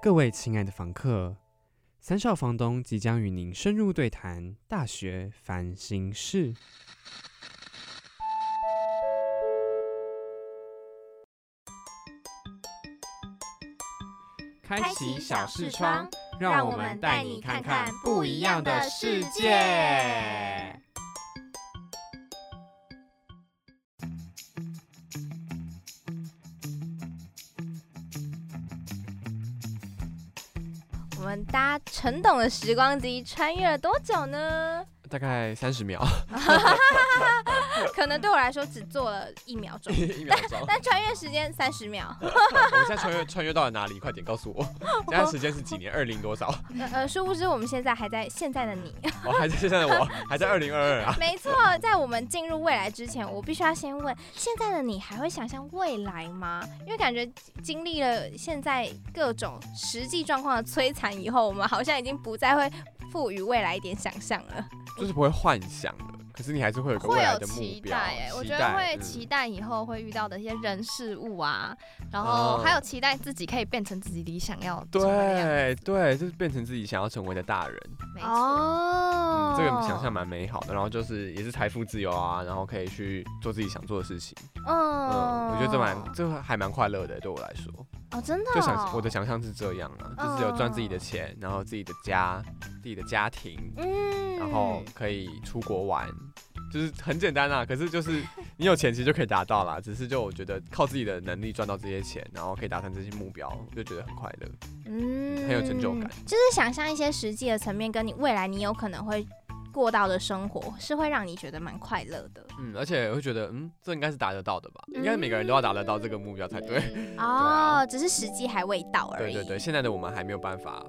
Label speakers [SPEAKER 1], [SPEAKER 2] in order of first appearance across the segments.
[SPEAKER 1] 各位亲爱的房客，三少房东即将与您深入对谈大学烦心事。开启小视窗，让我们带你看看不一样的世界。
[SPEAKER 2] 我们搭陈董的时光机穿越了多久呢？
[SPEAKER 3] 大概三十秒，
[SPEAKER 2] 可能对我来说只做了一秒钟，
[SPEAKER 3] 一秒 钟。
[SPEAKER 2] 但穿越时间三十秒。
[SPEAKER 3] 我们现在穿越穿越到了哪里？快点告诉我！现在时间是几年？二零多少？
[SPEAKER 2] 呃呃，殊不知我们现在还在现在的你。
[SPEAKER 3] 我还在现在的我，还在二零二二 啊！
[SPEAKER 2] 没错，在我们进入未来之前，我必须要先问：现在的你还会想象未来吗？因为感觉经历了现在各种实际状况的摧残以后，我们好像已经不再会赋予未来一点想象了。
[SPEAKER 3] 就是不会幻想的，可是你还是会有个未
[SPEAKER 4] 会
[SPEAKER 3] 来
[SPEAKER 4] 有
[SPEAKER 3] 的目
[SPEAKER 4] 期
[SPEAKER 3] 标。
[SPEAKER 4] 待、欸，我
[SPEAKER 3] 期
[SPEAKER 4] 觉得
[SPEAKER 3] 待
[SPEAKER 4] 会
[SPEAKER 3] 嗯
[SPEAKER 4] 期待以后会遇到的一些人事物啊，然后还有期待自己可以变成自己理想要成为的样子
[SPEAKER 3] 嗯对对，就是变成自己想要成为的大人，
[SPEAKER 4] 没错，
[SPEAKER 2] 哦
[SPEAKER 3] 嗯这个想象蛮美好的。然后就是也是财富自由啊，然后可以去做自己想做的事情。
[SPEAKER 4] 哦
[SPEAKER 3] 嗯，
[SPEAKER 2] 嗯
[SPEAKER 3] 我觉得这蛮这还蛮快乐的，对我来说，
[SPEAKER 4] 嗯
[SPEAKER 2] 哦，真的哦、
[SPEAKER 3] 就想我的想象是这样啊，就是有赚自己的钱，然后自己的家，自己的家庭，
[SPEAKER 2] 嗯，
[SPEAKER 3] 然后可以出国玩，就是很简单啊。可是就是你有钱其实就可以达到啦，只是就我觉得靠自己的能力赚到这些钱，然后可以达成这些目标，就觉得很快乐，
[SPEAKER 2] 嗯
[SPEAKER 3] 很有成就感。
[SPEAKER 2] 就是想象一些实际的层面，跟你未来你有可能会过到的生活，是会让你觉得蛮快乐的。
[SPEAKER 3] 嗯，而且我会觉得，嗯，这应该是达得到的吧？应该每个人都要达得到这个目标才对。啊
[SPEAKER 2] 哦，只是时机还未到而
[SPEAKER 3] 对
[SPEAKER 2] 已。
[SPEAKER 3] 对对，现在的我们还没有办法，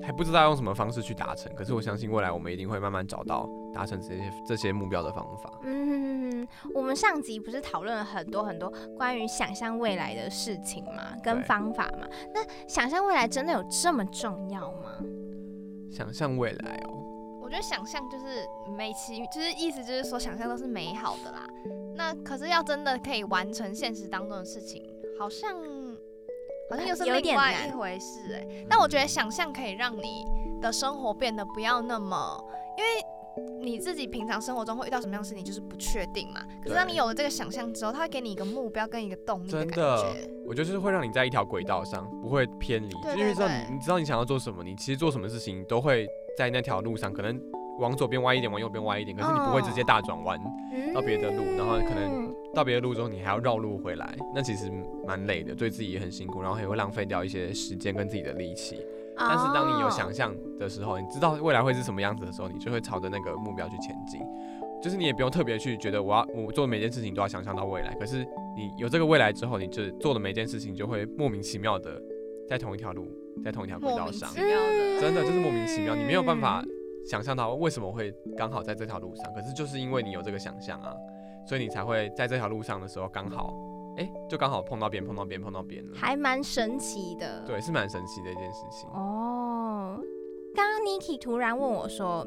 [SPEAKER 3] 还不知道用什么方式去达成。可是我相信未来我们一定会慢慢找到达成这些这些目标的方法。
[SPEAKER 2] 嗯，我们上集不是讨论了很多很多关于想象未来的事情嘛，跟
[SPEAKER 3] 对
[SPEAKER 2] 方法嘛。那想象未来真的有这么重要吗？
[SPEAKER 3] 想象未来哦，
[SPEAKER 4] 我觉得想象就是美其，就是意思就是说想象都是美好的啦。那可是要真的可以完成现实当中的事情，好像好像又是
[SPEAKER 2] 有
[SPEAKER 4] 另
[SPEAKER 2] 点
[SPEAKER 4] 外
[SPEAKER 2] 难
[SPEAKER 4] 一回事哎、但我觉得想象可以让你的生活变得不要那么，因为你自己平常生活中会遇到什么样的事，你就是不确定嘛。可是当你有了这个想象之后，它会给你一个目标跟一个动力
[SPEAKER 3] 真
[SPEAKER 4] 感
[SPEAKER 3] 的
[SPEAKER 4] 觉。
[SPEAKER 3] 我觉得就是会让你在一条轨道上，不会偏离，
[SPEAKER 4] 对
[SPEAKER 3] 就因为知道
[SPEAKER 4] 对对
[SPEAKER 3] 你你知道你想要做什么，你其实做什么事情都会在那条路上，可能往左边歪一点，往右边歪一点，可
[SPEAKER 4] 哦
[SPEAKER 3] 是你不会直接大转弯、
[SPEAKER 2] 嗯
[SPEAKER 3] 到别的路然后可能到别的路中，你还要绕路回来，那其实蛮累的，对自己也很辛苦，然后也会浪费掉一些时间跟自己的力气。但是当你有想象的时候，你知道未来会是什么样子的时候，你就会朝着那个目标去前进。就是你也不用特别去觉得我要我做每件事情都要想象到未来，可是你有这个未来之后，你就做的每件事情就会莫名其妙的在同一条路，在同一条轨
[SPEAKER 4] 莫
[SPEAKER 3] 道
[SPEAKER 4] 名
[SPEAKER 3] 上
[SPEAKER 4] 其，妙的
[SPEAKER 3] 真的就是莫名其妙，你没有办法
[SPEAKER 2] 嗯
[SPEAKER 3] 想象到为什么会刚好在这条路上，可是就是因为你有这个想象啊，所以你才会在这条路上的时候刚好，哎、就刚好碰到边碰到边碰到边了，
[SPEAKER 2] 还蛮神奇的。
[SPEAKER 3] 对，是蛮神奇的一件事情。
[SPEAKER 2] 哦，刚刚 Niki 突然问我说，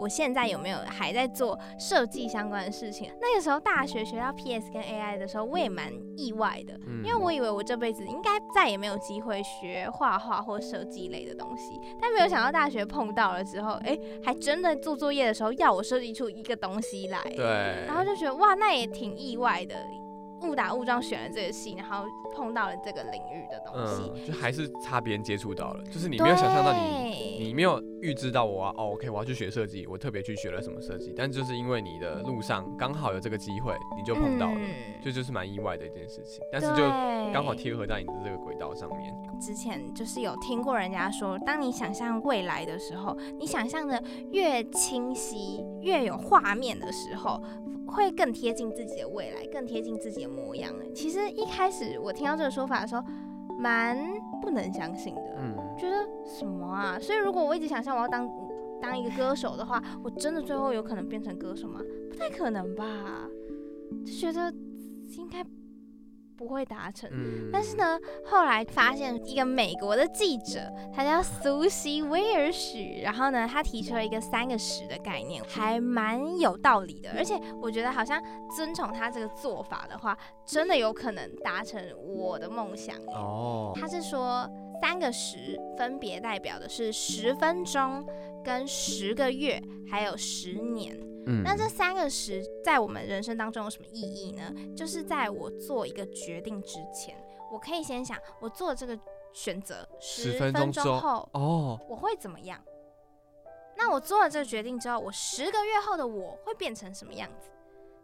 [SPEAKER 2] 我现在有没有还在做设计相关的事情？那个时候大学学到 PS 跟 AI 的时候，我也蛮意外的，
[SPEAKER 3] 嗯
[SPEAKER 2] 因为我以为我这辈子应该再也没有机会学画画或设计类的东西，但没有想到大学碰到了之后，哎、还真的做作业的时候要我设计出一个东西来，
[SPEAKER 3] 对，
[SPEAKER 2] 然后就觉得哇，那也挺意外的。误打误撞选了这个系，然后碰到了这个领域的东西，
[SPEAKER 3] 嗯，就还是差别人接触到了，就是你没有想象到你，
[SPEAKER 2] 对
[SPEAKER 3] 你没有预知到我、啊、哦，OK，我要去学设计，我特别去学了什么设计，但就是因为你的路上刚好有这个机会，你就碰到了，
[SPEAKER 2] 嗯
[SPEAKER 3] 这、就是蛮意外的一件事情，但
[SPEAKER 2] 对，
[SPEAKER 3] 是就刚好贴合在你的这个轨道上面。
[SPEAKER 2] 之前就是有听过人家说，当你想象未来的时候，你想象的越清晰、越有画面的时候，会更贴近自己的未来，更贴近自己的模样。欸其实一开始我听到这个说法的时候，蛮不能相信的，
[SPEAKER 3] 嗯，
[SPEAKER 2] 觉得什么啊？所以如果我一直想象我要当当一个歌手的话，我真的最后有可能变成歌手吗？不太可能吧，就觉得应该不会达成。
[SPEAKER 3] 嗯
[SPEAKER 2] 但是，呢，后来发现一个美国的记者，他叫苏西·威尔许，然后呢，他提出了一个三个十的概念，还蛮有道理的。而且我觉得好像遵从他这个做法的话，真的有可能达成我的梦想耶。
[SPEAKER 3] 哦，
[SPEAKER 2] 他是说三个十分别代表的是十分钟、跟十个月，还有十年。
[SPEAKER 3] 嗯
[SPEAKER 2] 那这三个十在我们人生当中有什么意义呢？就是在我做一个决定之前，我可以先想，我做这个选择十
[SPEAKER 3] 10分钟之后
[SPEAKER 2] 后
[SPEAKER 3] 哦，
[SPEAKER 2] 我会怎么样？那我做了这个决定之后，我十个月后的我会变成什么样子？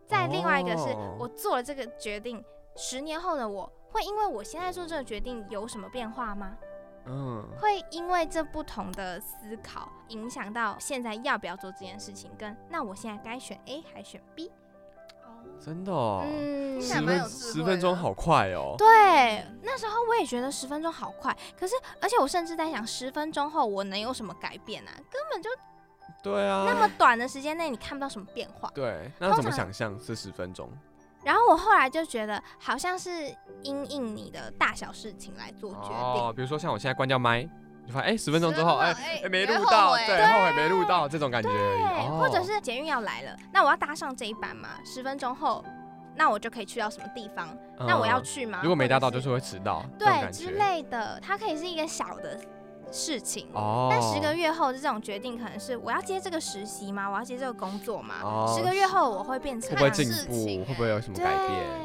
[SPEAKER 2] 再另外一个是、
[SPEAKER 3] 哦
[SPEAKER 2] 我做了这个决定，十年后的我会因为我现在做这个决定有什么变化吗？
[SPEAKER 3] 嗯，
[SPEAKER 2] 会因为这不同的思考影响到现在要不要做这件事情，跟那我现在该选 A 还选 B？
[SPEAKER 3] 真的哦，
[SPEAKER 2] 嗯
[SPEAKER 4] 听起来
[SPEAKER 3] 十
[SPEAKER 4] 蛮有
[SPEAKER 3] 分
[SPEAKER 4] 智慧
[SPEAKER 3] 十
[SPEAKER 4] 的
[SPEAKER 3] 分钟好快哦，
[SPEAKER 2] 对，
[SPEAKER 4] 嗯
[SPEAKER 2] 那时候我也觉得十分钟好快，可是而且我甚至在想，十分钟后我能有什么改变啊？根本就
[SPEAKER 3] 对
[SPEAKER 2] 那
[SPEAKER 3] 啊，
[SPEAKER 2] 么短的时间内，你看不到什么变化。
[SPEAKER 3] 对，那
[SPEAKER 2] 通
[SPEAKER 3] 怎么
[SPEAKER 2] 常
[SPEAKER 3] 想象这十分钟？
[SPEAKER 2] 然后我后来就觉得，好像是因应你的大小事情来做决定。
[SPEAKER 3] 哦，比如说像我现在关掉麦，你就发现哎，十分钟之后，哎
[SPEAKER 4] 哎
[SPEAKER 3] 哎没录到，对，
[SPEAKER 4] 对，
[SPEAKER 3] 后悔没录到这种感觉而已，
[SPEAKER 2] 对，
[SPEAKER 3] 哦
[SPEAKER 2] 或者是捷运要来了，那我要搭上这一班嘛？十分钟后，那我就可以去到什么地方？那我要
[SPEAKER 3] 嗯
[SPEAKER 2] 去吗？
[SPEAKER 3] 如果没
[SPEAKER 2] 或者
[SPEAKER 3] 搭到就是会迟到，这
[SPEAKER 2] 对
[SPEAKER 3] 种感
[SPEAKER 2] 之
[SPEAKER 3] 觉
[SPEAKER 2] 类的，它可以是一个小的事情。
[SPEAKER 3] 哦，
[SPEAKER 2] 但十个月后的这种决定，可能是我要接这个实习吗？我要接这个工作吗？
[SPEAKER 3] 哦
[SPEAKER 2] 十个月后我会变成
[SPEAKER 3] 会不会进
[SPEAKER 4] 事
[SPEAKER 3] 步
[SPEAKER 4] 情？
[SPEAKER 3] 会不会有什么
[SPEAKER 2] 对
[SPEAKER 3] 改变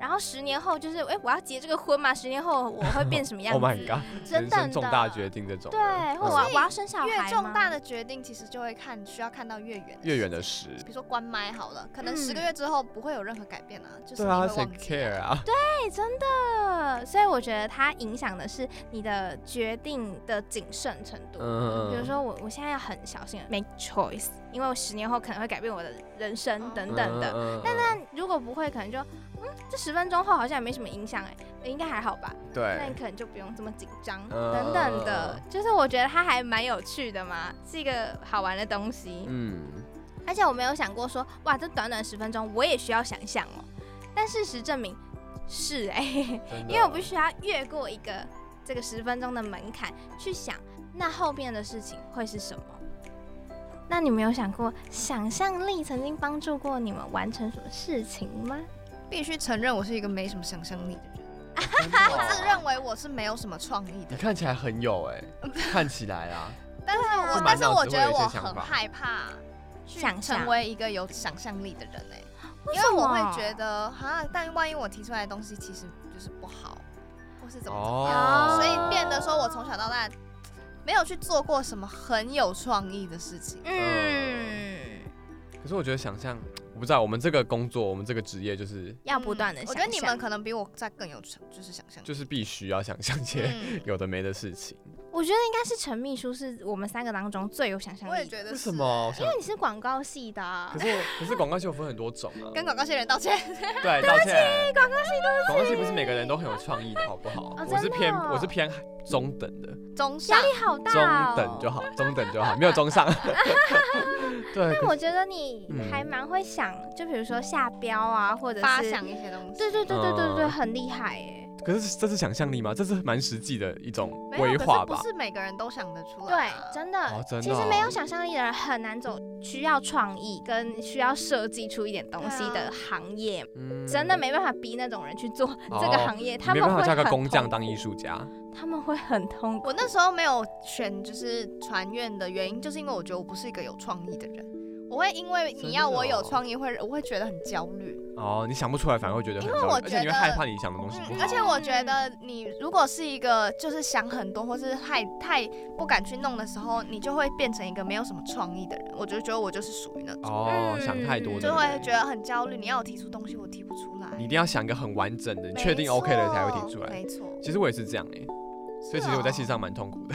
[SPEAKER 2] 然后十年后就是，哎、我要结这个婚吗？十年后我会变 什么样
[SPEAKER 3] ？Oh
[SPEAKER 2] 子
[SPEAKER 3] my god！
[SPEAKER 2] 真
[SPEAKER 3] 人
[SPEAKER 2] 的
[SPEAKER 3] 生重大决定这种的，
[SPEAKER 2] 对，或
[SPEAKER 3] 嗯
[SPEAKER 2] 者我要
[SPEAKER 4] 所以
[SPEAKER 2] 我要生小孩吗
[SPEAKER 4] 越重大的决定，其实就会看需要看到越远
[SPEAKER 3] 越远
[SPEAKER 4] 事
[SPEAKER 3] 的时。
[SPEAKER 4] 情。比如说关麦好了，可能
[SPEAKER 2] 嗯
[SPEAKER 4] 十个月之后不会有任何改变啊，就是
[SPEAKER 3] 对
[SPEAKER 4] 你
[SPEAKER 3] 啊，
[SPEAKER 4] 会
[SPEAKER 3] 谁
[SPEAKER 4] 忘记啊
[SPEAKER 3] care 啊？
[SPEAKER 2] 对，真的。所以我觉得它影响的是你的决定的谨慎程度。
[SPEAKER 3] 嗯
[SPEAKER 2] 比如说我我现在要很小心地 make choice，因为我十年后可能会改变我的人
[SPEAKER 4] 哦
[SPEAKER 2] 生等等的。
[SPEAKER 3] 的，
[SPEAKER 2] 但
[SPEAKER 3] 是
[SPEAKER 2] 但如果不会，可能就嗯，这十分钟后好像也没什么影响哎、应该还好吧。那你
[SPEAKER 3] 对，
[SPEAKER 2] 可能就不用这么紧张
[SPEAKER 3] 哎嗯
[SPEAKER 2] 等等的。就是我觉得它还蛮有趣的嘛，是一个好玩的东西。
[SPEAKER 3] 嗯，
[SPEAKER 2] 而且我没有想过说，哇，这短短十分钟我也需要想象哦。但事实证明是哎、
[SPEAKER 3] 真的
[SPEAKER 2] 因为我必须要越过一个这个十分钟的门槛去想，那后面的事情会是什么？那你们有想过，想象力曾经帮助过你们完成什么事情吗？
[SPEAKER 4] 必须承认，我是一个没什么想象力的人，
[SPEAKER 3] 真的哦
[SPEAKER 4] 我自认为我是没有什么创意
[SPEAKER 3] 你
[SPEAKER 4] 的，
[SPEAKER 3] 看起来很有 哎，看起来啊，
[SPEAKER 4] 但是我
[SPEAKER 3] 是
[SPEAKER 4] 但
[SPEAKER 3] 满
[SPEAKER 4] 是
[SPEAKER 3] 脑
[SPEAKER 4] 我
[SPEAKER 3] 子
[SPEAKER 4] 觉
[SPEAKER 3] 会有
[SPEAKER 4] 得
[SPEAKER 3] 一
[SPEAKER 4] 我
[SPEAKER 3] 些想
[SPEAKER 4] 很
[SPEAKER 3] 法
[SPEAKER 4] 害怕去
[SPEAKER 2] 想象
[SPEAKER 4] 成为一个有想象力的人哎、因
[SPEAKER 2] 什
[SPEAKER 4] 为我会
[SPEAKER 2] 么
[SPEAKER 4] 觉得哈，但万一我提出来的东西其实就是不好，或是怎么怎么样，
[SPEAKER 3] 哦，
[SPEAKER 4] 所以变得说我从小到大没有去做过什么很有创意的事情。
[SPEAKER 2] 嗯，
[SPEAKER 3] 可是我觉得想象，我不知道我们这个工作，我们这个职业就是
[SPEAKER 2] 要不断的
[SPEAKER 4] 嗯
[SPEAKER 2] 想
[SPEAKER 4] 我
[SPEAKER 2] 象。
[SPEAKER 4] 觉得你们可能比我在更有成，就是想象力。
[SPEAKER 3] 就是必须要想象一些
[SPEAKER 4] 嗯
[SPEAKER 3] 有的没的事情。
[SPEAKER 2] 我觉得应该是陈秘书是我们三个当中最有想象力
[SPEAKER 4] 我
[SPEAKER 2] 的。
[SPEAKER 4] 也觉得
[SPEAKER 3] 为
[SPEAKER 4] 是啊
[SPEAKER 3] 什？么？我想
[SPEAKER 2] 哎因为你是广告系的啊、
[SPEAKER 3] 可是我可是广告系有分很多种啊，
[SPEAKER 4] 跟广告系的人道歉。
[SPEAKER 3] 对，道歉。广告系都广告系不是每个人都很有创意的，好不好？
[SPEAKER 2] 哦
[SPEAKER 3] 我是
[SPEAKER 2] 真的
[SPEAKER 3] 偏
[SPEAKER 2] 哦
[SPEAKER 3] 我是偏中等的，
[SPEAKER 4] 中上
[SPEAKER 2] 压力好大、哦
[SPEAKER 3] 中。等就好，中等就好，没有中上。对，
[SPEAKER 2] 但我觉得你
[SPEAKER 3] 嗯
[SPEAKER 2] 还蛮会想，就比如说下标啊，或者
[SPEAKER 4] 发
[SPEAKER 2] 是
[SPEAKER 4] 想一些东西，
[SPEAKER 2] 对对对对对对，
[SPEAKER 3] 嗯
[SPEAKER 2] 很厉害哎。
[SPEAKER 3] 可是这是想象力吗？这是蛮实际的一种
[SPEAKER 4] 没有
[SPEAKER 3] 规划
[SPEAKER 4] 可
[SPEAKER 3] 吧
[SPEAKER 4] 是不？是每个人都想得出来啊、
[SPEAKER 2] 对，真的，
[SPEAKER 3] 哦真的
[SPEAKER 2] 其实
[SPEAKER 3] 哦
[SPEAKER 2] 没有想象力的人很难走，需要创意跟需要设计出一点东西
[SPEAKER 4] 对啊
[SPEAKER 2] 的行业，
[SPEAKER 3] 嗯哦
[SPEAKER 2] 真的没办法逼那种人去做这个行业，他
[SPEAKER 3] 没
[SPEAKER 2] 们
[SPEAKER 3] 办
[SPEAKER 2] 会
[SPEAKER 3] 法叫
[SPEAKER 2] 很
[SPEAKER 3] 个工匠
[SPEAKER 2] 痛
[SPEAKER 3] 当艺术家。
[SPEAKER 2] 苦他们会很痛苦。
[SPEAKER 4] 我那时候没有选就是船院的原因，就是因为我觉得我不是一个有创意的人。我会因为你要我有创意，会我会觉得很焦虑。
[SPEAKER 3] 哦，你想不出来，反而会觉得很
[SPEAKER 4] 因为
[SPEAKER 3] 焦虑
[SPEAKER 4] 我
[SPEAKER 3] 而且你
[SPEAKER 4] 觉
[SPEAKER 3] 会
[SPEAKER 4] 得
[SPEAKER 3] 害怕你想的东西不
[SPEAKER 4] 嗯，
[SPEAKER 3] 好。
[SPEAKER 4] 而且我觉得
[SPEAKER 2] 嗯
[SPEAKER 4] 你如果是一个就是想很多，或是太太不敢去弄的时候，你就会变成一个没有什么创意的人。我就觉得我就是属于那种，
[SPEAKER 3] 哦，想太多
[SPEAKER 2] 嗯
[SPEAKER 3] 的人，
[SPEAKER 4] 就会觉得很焦虑。你要我提出东西，我提不出来。
[SPEAKER 3] 你一定要想一个很完整的，你确定
[SPEAKER 4] 没错
[SPEAKER 3] OK 了才会提出来。
[SPEAKER 4] 没错，
[SPEAKER 3] 其实我也是这样哎、所以其实我在戏
[SPEAKER 4] 是哦
[SPEAKER 3] 上蛮痛 苦的。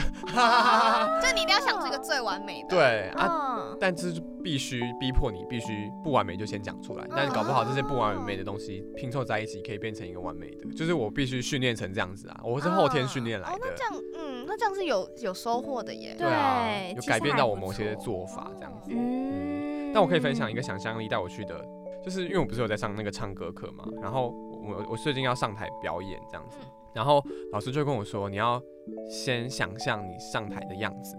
[SPEAKER 4] 就你一定要想出一个最完美的。
[SPEAKER 3] 对啊，
[SPEAKER 2] 嗯，
[SPEAKER 3] 但这就必须逼迫你必须不完美就先讲
[SPEAKER 4] 嗯
[SPEAKER 3] 出来，但搞不好这些不完美的东西拼凑在一起可以变成一个完美的，就是我必须训练成这样子啊，我是后天训练来
[SPEAKER 4] 哦，那这
[SPEAKER 3] 的，
[SPEAKER 4] 样，嗯，那这样是有有收获的耶。
[SPEAKER 3] 对啊
[SPEAKER 2] 对，
[SPEAKER 3] 有
[SPEAKER 2] 其
[SPEAKER 3] 改
[SPEAKER 2] 实
[SPEAKER 3] 变
[SPEAKER 2] 还
[SPEAKER 3] 到
[SPEAKER 2] 不
[SPEAKER 3] 我某些
[SPEAKER 2] 错
[SPEAKER 3] 做法这样子。
[SPEAKER 2] 嗯，
[SPEAKER 3] 但我可以分享一个想象力带我去的，就是因为我不是有在上那个唱歌课嘛，然后我我最近要上台表演这样子
[SPEAKER 4] 嗯，
[SPEAKER 3] 然后老师就跟我说，你要先想象你上台的样子，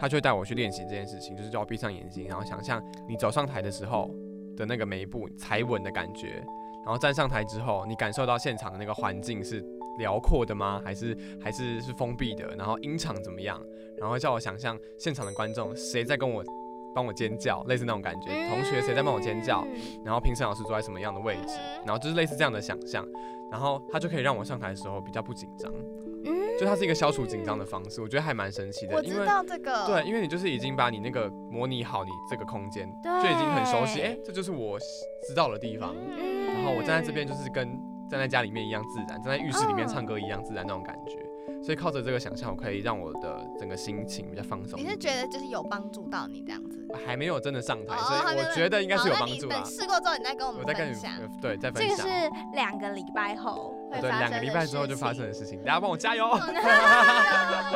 [SPEAKER 3] 他就会带我去练习这件事情，就是叫我闭上眼睛，然后想象你走上台的时候的那个每一步踩稳的感觉，然后站上台之后，你感受到现场的那个环境是辽阔的吗？还是还是是封闭的？然后音场怎么样？然后叫我想象现场的观众谁在跟我帮我尖叫，类似那种感觉。
[SPEAKER 4] 嗯
[SPEAKER 3] 同学谁在帮我尖叫？
[SPEAKER 2] 嗯
[SPEAKER 3] 然后评审老师坐在什么样的位置？
[SPEAKER 4] 嗯
[SPEAKER 3] 然后就是类似这样的想象，然后他就可以让我上台的时候比较不紧张，
[SPEAKER 2] 嗯，
[SPEAKER 3] 就它是一个消除紧张的方式，我觉得还蛮神奇的，
[SPEAKER 4] 我
[SPEAKER 3] 因
[SPEAKER 4] 知
[SPEAKER 3] 为。
[SPEAKER 4] 道这个，
[SPEAKER 3] 对，，因为你就是已经把你那个模拟好你这个空间，
[SPEAKER 2] 对，
[SPEAKER 3] 就已经很熟悉，哎、这就是我知道的地方。
[SPEAKER 4] 嗯，
[SPEAKER 3] 然后我站在这边就是跟站在家里面一样自然，站在浴室里面唱歌一样自然那种感觉。所以靠着这个想象，我可以让我的整个心情比较放松一点。
[SPEAKER 4] 你是觉得就是有帮助到你这样子？
[SPEAKER 3] 还没有真的上台，
[SPEAKER 4] 哦
[SPEAKER 3] 所以我觉得应该是有帮助
[SPEAKER 4] 好那你
[SPEAKER 3] 啦
[SPEAKER 4] 等。试过之后，你再跟我
[SPEAKER 3] 我
[SPEAKER 4] 们
[SPEAKER 3] 再跟
[SPEAKER 4] 分
[SPEAKER 3] 你
[SPEAKER 4] 享。
[SPEAKER 3] 呃对再分
[SPEAKER 2] 这个
[SPEAKER 3] 享哦
[SPEAKER 2] 是。两个礼拜后，
[SPEAKER 4] 会
[SPEAKER 3] 对，
[SPEAKER 4] 发生
[SPEAKER 3] 两个
[SPEAKER 4] 的
[SPEAKER 3] 礼拜之后就
[SPEAKER 4] 事
[SPEAKER 3] 发
[SPEAKER 4] 情
[SPEAKER 3] 生的事情，大家帮我加油！
[SPEAKER 4] 哦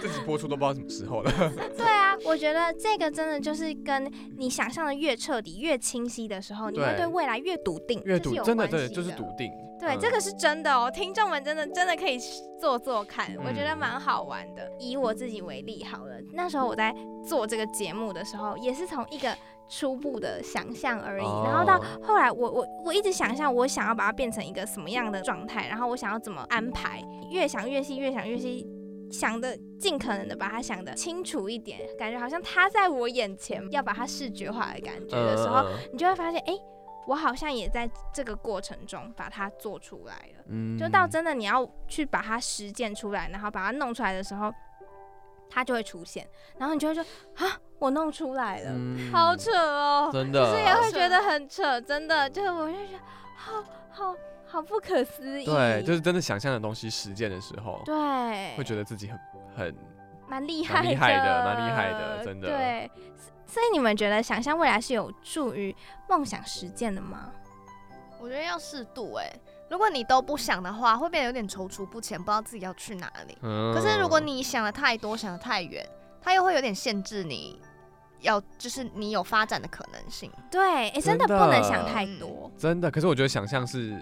[SPEAKER 3] 这集播出都不知道什么时候了。
[SPEAKER 2] 对啊，我觉得这个真的就是跟你想象的越彻底、越清晰的时候，你会
[SPEAKER 3] 对
[SPEAKER 2] 对未来越笃定。
[SPEAKER 3] 阅
[SPEAKER 2] 这是
[SPEAKER 3] 读
[SPEAKER 2] 有
[SPEAKER 3] 真的
[SPEAKER 2] 关
[SPEAKER 3] 对，
[SPEAKER 2] 系
[SPEAKER 3] 就是
[SPEAKER 2] 的
[SPEAKER 3] 笃定。
[SPEAKER 2] 对，
[SPEAKER 3] 嗯
[SPEAKER 2] 这个是真的哦，听众们真的真的可以做做看，我觉得
[SPEAKER 3] 嗯
[SPEAKER 2] 蛮好玩的。以我自己为例好了，那时候我在做这个节目的时候，也是从一个初步的想象而已，然后到
[SPEAKER 3] 哦
[SPEAKER 2] 后来我我我一直想象我想要把它变成一个什么样的状态，然后我想要怎么安排，越想越细，越想越细。想的尽可能的把它想的清楚一点，感觉好像它在我眼前，要把它视觉化的感觉的
[SPEAKER 3] 呃
[SPEAKER 2] 时候，，你就会发现，哎、我好像也在这个过程中把它做出来了。
[SPEAKER 3] 嗯
[SPEAKER 2] 就到真的你要去把它实践出来，然后把它弄出来的时候，它就会出现，然后你就会说啊，我弄出来了，好扯哦，
[SPEAKER 3] 嗯真
[SPEAKER 2] 就是也
[SPEAKER 4] 好
[SPEAKER 2] 会
[SPEAKER 4] 扯
[SPEAKER 2] 觉得很扯，真的，就是我就觉得好好好不可思议，
[SPEAKER 3] 对，就是真的想象的东西，实践的时候，
[SPEAKER 2] 对，
[SPEAKER 3] 会觉得自己很很
[SPEAKER 2] 蛮厉害
[SPEAKER 3] 蛮厉害的蛮厉害的真的
[SPEAKER 2] 对，所所以你们觉得想象未来是有助于梦想实践的吗？
[SPEAKER 4] 我觉得要适度哎、如果你都不想的话，会变得有点踌躇不前，不知道自己要去哪里。
[SPEAKER 3] 嗯
[SPEAKER 4] 可是如果你想的太多，想的太远，它又会有点限制你要，就是你有发展的可能性。
[SPEAKER 2] 对，哎、真的
[SPEAKER 3] 真
[SPEAKER 2] 不
[SPEAKER 3] 的
[SPEAKER 2] 能想太
[SPEAKER 4] 嗯
[SPEAKER 2] 多。
[SPEAKER 3] 真的，可是我觉得想象是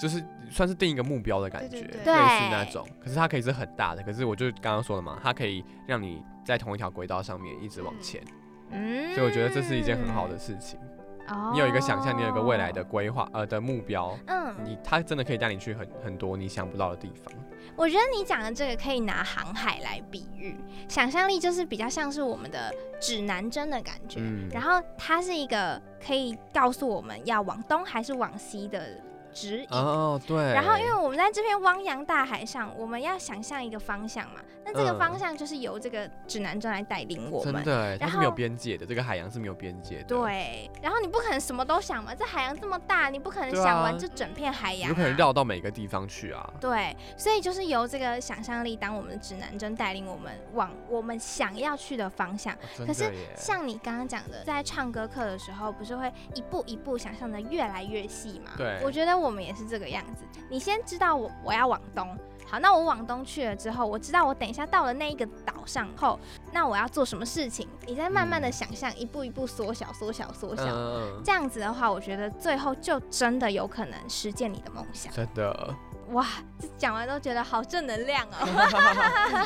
[SPEAKER 3] 就是算是定一个目标的感觉，
[SPEAKER 4] 对对
[SPEAKER 3] 类似
[SPEAKER 4] 对
[SPEAKER 3] 那
[SPEAKER 2] 对
[SPEAKER 3] 种。可是它可以是很大的，可是我就刚刚说了嘛，它可以让你在同一条轨道上面一直往前，
[SPEAKER 2] 嗯，
[SPEAKER 3] 所以我觉得这是一件很好的。事情。
[SPEAKER 2] 哦
[SPEAKER 3] 你有一个想象，你有一个未来的，规划，呃的目标。
[SPEAKER 2] 嗯，
[SPEAKER 3] 你它真的可以带你去很很多你想不到的地方，
[SPEAKER 2] 我觉得你讲的这个可以拿航海来比喻，想象力就是比较像是我们的指南针的感觉，
[SPEAKER 3] 嗯
[SPEAKER 2] 然后它是一个可以告诉我们要往东还是往西的指引。
[SPEAKER 3] 哦，对。
[SPEAKER 2] 然后，因为我们在这片汪洋大海上，我们要想象一个方向嘛，那这个
[SPEAKER 3] 嗯
[SPEAKER 2] 方向就是由这个指南针来带领我们
[SPEAKER 3] 真。的欸，它
[SPEAKER 2] 然
[SPEAKER 3] 是没有
[SPEAKER 2] 后
[SPEAKER 3] 边界的，这个海洋是没有边界的。，
[SPEAKER 2] 对，然后你不可能什么都想嘛，这海洋这么大，你不可能
[SPEAKER 3] 对啊
[SPEAKER 2] 想完这整片海洋、啊，
[SPEAKER 3] 有可能绕到每个地方去啊。
[SPEAKER 2] 对，所以就是由这个想象力当我们的指南针，带领我们往我们想要去的方向。
[SPEAKER 3] 哦真
[SPEAKER 2] 可是
[SPEAKER 3] 的耶
[SPEAKER 2] 像你刚刚讲的，在唱歌课的时候，不是会一步一步想象的越来越细吗？
[SPEAKER 3] 对
[SPEAKER 2] 我觉得我们也是这个样子。你先知道我我要往东，好，那我往东去了之后，我知道我等一下到了那一个岛上后，那我要做什么事情？你再慢慢的
[SPEAKER 3] 嗯
[SPEAKER 2] 想象，一步一步缩小、缩小、缩小。
[SPEAKER 3] 嗯，
[SPEAKER 2] 这样子的话，我觉得最后就真的有可能实践你的梦想。
[SPEAKER 3] 真 的，
[SPEAKER 2] 哇，这讲完都觉得好正能量哦。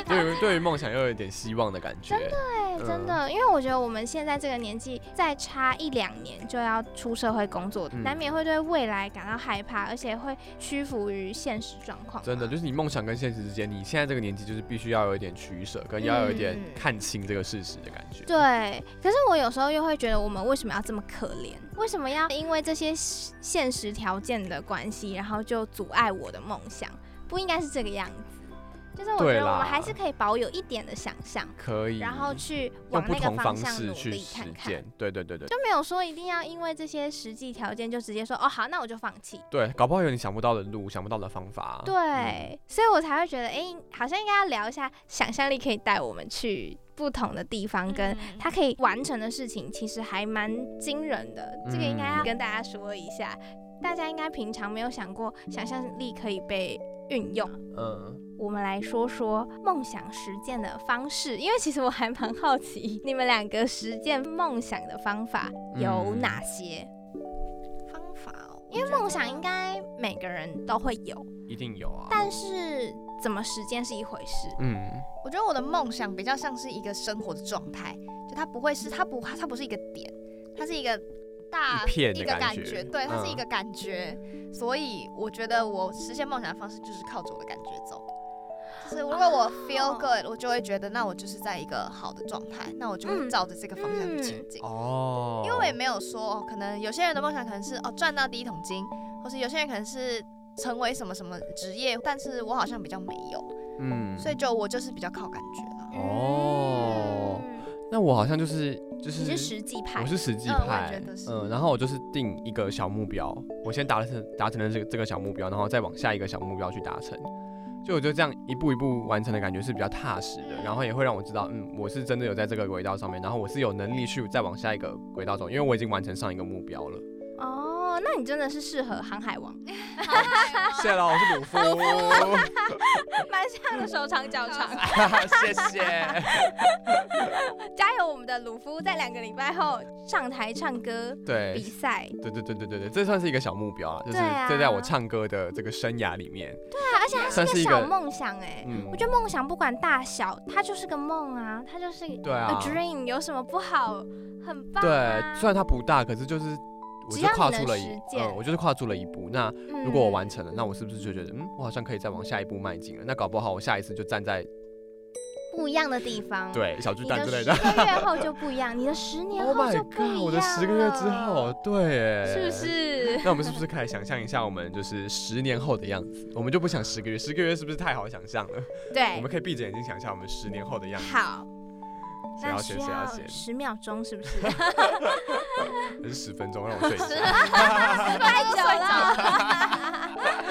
[SPEAKER 3] 对于对于梦想又有一点希望的感觉。真的，
[SPEAKER 2] 对，真的，因为我觉得我们现在这个年纪，再差一两年就要出社会工作，
[SPEAKER 3] 嗯
[SPEAKER 2] 难免会对未来感到害怕，而且会屈服于现实状况嘛。
[SPEAKER 3] 真的就是你梦想跟现实之间，你现在这个年纪就是必须要有一点取舍，跟要有一点
[SPEAKER 4] 嗯
[SPEAKER 3] 看清这个事实的感觉。
[SPEAKER 2] 对，可是我有时候又会觉得，我们为什么要这么可怜？为什么要因为这些现实条件的关系，然后就阻碍我的梦想？不应该是这个样子。就是我觉
[SPEAKER 3] 对
[SPEAKER 2] 得我
[SPEAKER 3] 啦
[SPEAKER 2] 们还是可以保有一点的想象，
[SPEAKER 3] 可以。
[SPEAKER 2] 然后去
[SPEAKER 3] 用
[SPEAKER 2] 往
[SPEAKER 3] 不
[SPEAKER 2] 那个
[SPEAKER 3] 同方
[SPEAKER 2] 向
[SPEAKER 3] 式
[SPEAKER 2] 努
[SPEAKER 3] 去
[SPEAKER 2] 力
[SPEAKER 3] 实
[SPEAKER 2] 看看
[SPEAKER 3] 践。。对对对对
[SPEAKER 2] 就没有说一定要因为这些实际条件就直接说哦好，那我就放弃。
[SPEAKER 3] 对，搞不好有你想不到的路，想不到的方法。
[SPEAKER 2] 对，所以我才会觉得，哎、好像应该要聊一下想象力可以带我们去不同的地方，跟
[SPEAKER 4] 嗯
[SPEAKER 2] 他可以完成的事情，其实还蛮惊人的。
[SPEAKER 3] 嗯
[SPEAKER 2] 这个应该要跟大家说一下，大家应该平常没有想过想象力可以被运用。
[SPEAKER 3] 嗯，
[SPEAKER 2] 我们来说说梦想实践的方式，因为其实我还蛮好奇你们两个实践梦想的方法有
[SPEAKER 3] 嗯
[SPEAKER 2] 哪些。
[SPEAKER 4] 方法哦，
[SPEAKER 2] 因为梦想应该每个人都会有，
[SPEAKER 3] 一定有啊。
[SPEAKER 2] 但是怎么实践是一回事。
[SPEAKER 3] 嗯，
[SPEAKER 4] 我觉得我的梦想比较像是一个生活的状态，就它不会是它不它不是一个点，它是一个大
[SPEAKER 3] 一片的
[SPEAKER 4] 个
[SPEAKER 3] 感
[SPEAKER 4] 感
[SPEAKER 3] 觉
[SPEAKER 4] 对，它是一
[SPEAKER 3] 嗯
[SPEAKER 4] 个感觉，所以我觉得我实现梦想的方式就是靠着我的感觉走。就是如果我 feel
[SPEAKER 2] 哦
[SPEAKER 4] good，、我就会觉得那我就是在一个好的状态，那我就会
[SPEAKER 2] 嗯
[SPEAKER 4] 照着这个方向去前进。
[SPEAKER 3] 哦，
[SPEAKER 4] 因为我也没有说，哦可能有些人的梦想可能是哦赚到第一桶金，或是有些人可能是成为什么什么职业，但是我好像比较没有，
[SPEAKER 3] 嗯
[SPEAKER 4] 所以就我就是比较靠感觉啦。
[SPEAKER 3] 哦
[SPEAKER 2] 嗯
[SPEAKER 3] 那我好像就是就
[SPEAKER 2] 你
[SPEAKER 3] 是
[SPEAKER 2] 是实际派，
[SPEAKER 3] 我是实际
[SPEAKER 4] 嗯我也
[SPEAKER 3] 派
[SPEAKER 4] 觉得，是
[SPEAKER 3] 嗯，然后我就是定一个小目标，我先达成达成了这个这个小目标，然后再往下一个小目标去达成。就我觉得这样一步一步完成的感觉是比较踏实的，
[SPEAKER 4] 嗯
[SPEAKER 3] 然后也会让我知道，嗯，我是真的有在这个轨道上面，然后我是有能力去再往下一个轨道走，因为我已经完成上一个目标了。
[SPEAKER 2] 哦，那你真的是适合航海王，
[SPEAKER 3] 谢了，我是鲁夫，
[SPEAKER 2] 蛮像的手长脚长。
[SPEAKER 3] 谢谢。
[SPEAKER 2] 加油，我们的鲁夫在两个礼拜后上台唱歌比
[SPEAKER 3] 对，
[SPEAKER 2] 赛。
[SPEAKER 3] 对对对对对对，这算是一个小目标啊，就是
[SPEAKER 2] 对啊
[SPEAKER 3] 这在我唱歌的这个生涯里面，
[SPEAKER 2] 对啊，而且它
[SPEAKER 3] 算是
[SPEAKER 2] 是
[SPEAKER 3] 一
[SPEAKER 2] 一
[SPEAKER 3] 个
[SPEAKER 2] 个小梦想哎、
[SPEAKER 3] 嗯
[SPEAKER 2] 我，觉得梦想不管大小，它就是个梦啊，它就是
[SPEAKER 3] 对啊
[SPEAKER 2] a，dream，有什么不好？很棒、啊。
[SPEAKER 3] 对，虽然它不大，可是就是我
[SPEAKER 2] 只
[SPEAKER 3] 就
[SPEAKER 2] 要
[SPEAKER 3] 跨
[SPEAKER 2] 你
[SPEAKER 3] 出
[SPEAKER 2] 能
[SPEAKER 3] 了一
[SPEAKER 2] 实，
[SPEAKER 3] 嗯，
[SPEAKER 2] 践
[SPEAKER 3] 我就是跨出了一步。那
[SPEAKER 2] 嗯
[SPEAKER 3] 如果我完成了，那我是不是就觉得，嗯，我好像可以再往下一步迈进了？那搞不好我下一次就站在
[SPEAKER 2] 不一样的地方，，
[SPEAKER 3] 对小巨
[SPEAKER 2] 你
[SPEAKER 3] 蛋
[SPEAKER 2] 的
[SPEAKER 3] 之
[SPEAKER 2] 十
[SPEAKER 3] 类的。
[SPEAKER 2] 个月后就不一样，你的十年
[SPEAKER 3] Oh
[SPEAKER 2] 后
[SPEAKER 3] my
[SPEAKER 2] 就不
[SPEAKER 3] god！
[SPEAKER 2] 一样
[SPEAKER 3] 我的十个月之后
[SPEAKER 2] 了，，
[SPEAKER 3] 对，
[SPEAKER 2] 是不？是？
[SPEAKER 3] 那我们是不是可以想象一下，我们就是十年后的样子？我们就不想十个月，十个月是不是太好想象了？我
[SPEAKER 2] 对
[SPEAKER 3] 们，可以闭着眼睛想象我们十年后的样子。
[SPEAKER 2] 好，
[SPEAKER 3] 谁
[SPEAKER 2] 那
[SPEAKER 3] 要
[SPEAKER 2] 需
[SPEAKER 3] 先？谁要先
[SPEAKER 2] 要？十秒钟，是不是？
[SPEAKER 3] 还是十分钟 让我睡一下？
[SPEAKER 2] 啊太久了。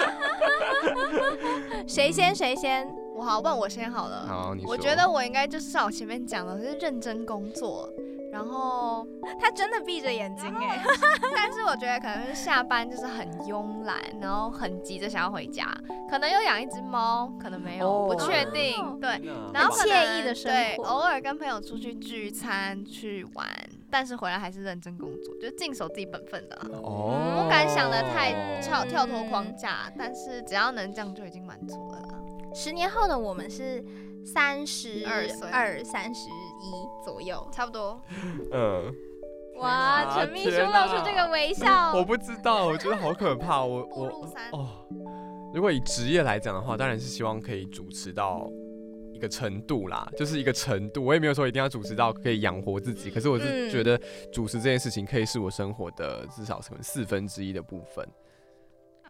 [SPEAKER 2] 谁先谁先？
[SPEAKER 4] 我好，问我先好了。
[SPEAKER 3] 好，你说。
[SPEAKER 4] 我觉得我应该就是像我前面讲的，我就是认真工作，然后，
[SPEAKER 2] 他真的闭着眼睛
[SPEAKER 4] 欸
[SPEAKER 2] 哎、
[SPEAKER 4] 哦 但是我觉得可能是下班就是很慵懒，然后很急着想要回家，可能有养一只猫，可能没有，
[SPEAKER 3] 哦
[SPEAKER 4] 不确定。
[SPEAKER 2] 哦
[SPEAKER 4] 对，
[SPEAKER 3] 天哪，
[SPEAKER 4] 然后
[SPEAKER 3] 好
[SPEAKER 4] 可
[SPEAKER 3] 吧
[SPEAKER 4] 能
[SPEAKER 2] 惬意的生
[SPEAKER 4] 对，
[SPEAKER 2] 活
[SPEAKER 4] 偶尔跟朋友出去聚餐去玩，但是回来还是认真工作，就尽守自己本分的啦。
[SPEAKER 3] 哦，
[SPEAKER 4] 不敢想的太跳
[SPEAKER 2] 嗯
[SPEAKER 4] 跳脱框架，但是只要能这样就已经满足了啦。
[SPEAKER 2] 十年后的我们是三十
[SPEAKER 4] 二岁
[SPEAKER 2] 二、三十一左右。
[SPEAKER 4] 差不多，
[SPEAKER 3] 嗯，
[SPEAKER 2] 哇，
[SPEAKER 3] 天啊
[SPEAKER 2] 陈秘书
[SPEAKER 3] 天啊
[SPEAKER 2] 露出这个微笑，
[SPEAKER 3] 我不知道，我觉得好可怕。我
[SPEAKER 4] 步入
[SPEAKER 3] 我
[SPEAKER 4] 三
[SPEAKER 3] 哦，如果以职业来讲的话，当然是希望可以主持到一个程度啦，就是一个程度。我也没有说一定要主持到可以养活自己，
[SPEAKER 4] 嗯
[SPEAKER 3] 可是我是
[SPEAKER 2] 嗯
[SPEAKER 3] 觉得主持这件事情可以是我生活的至少可能四分之一的部分，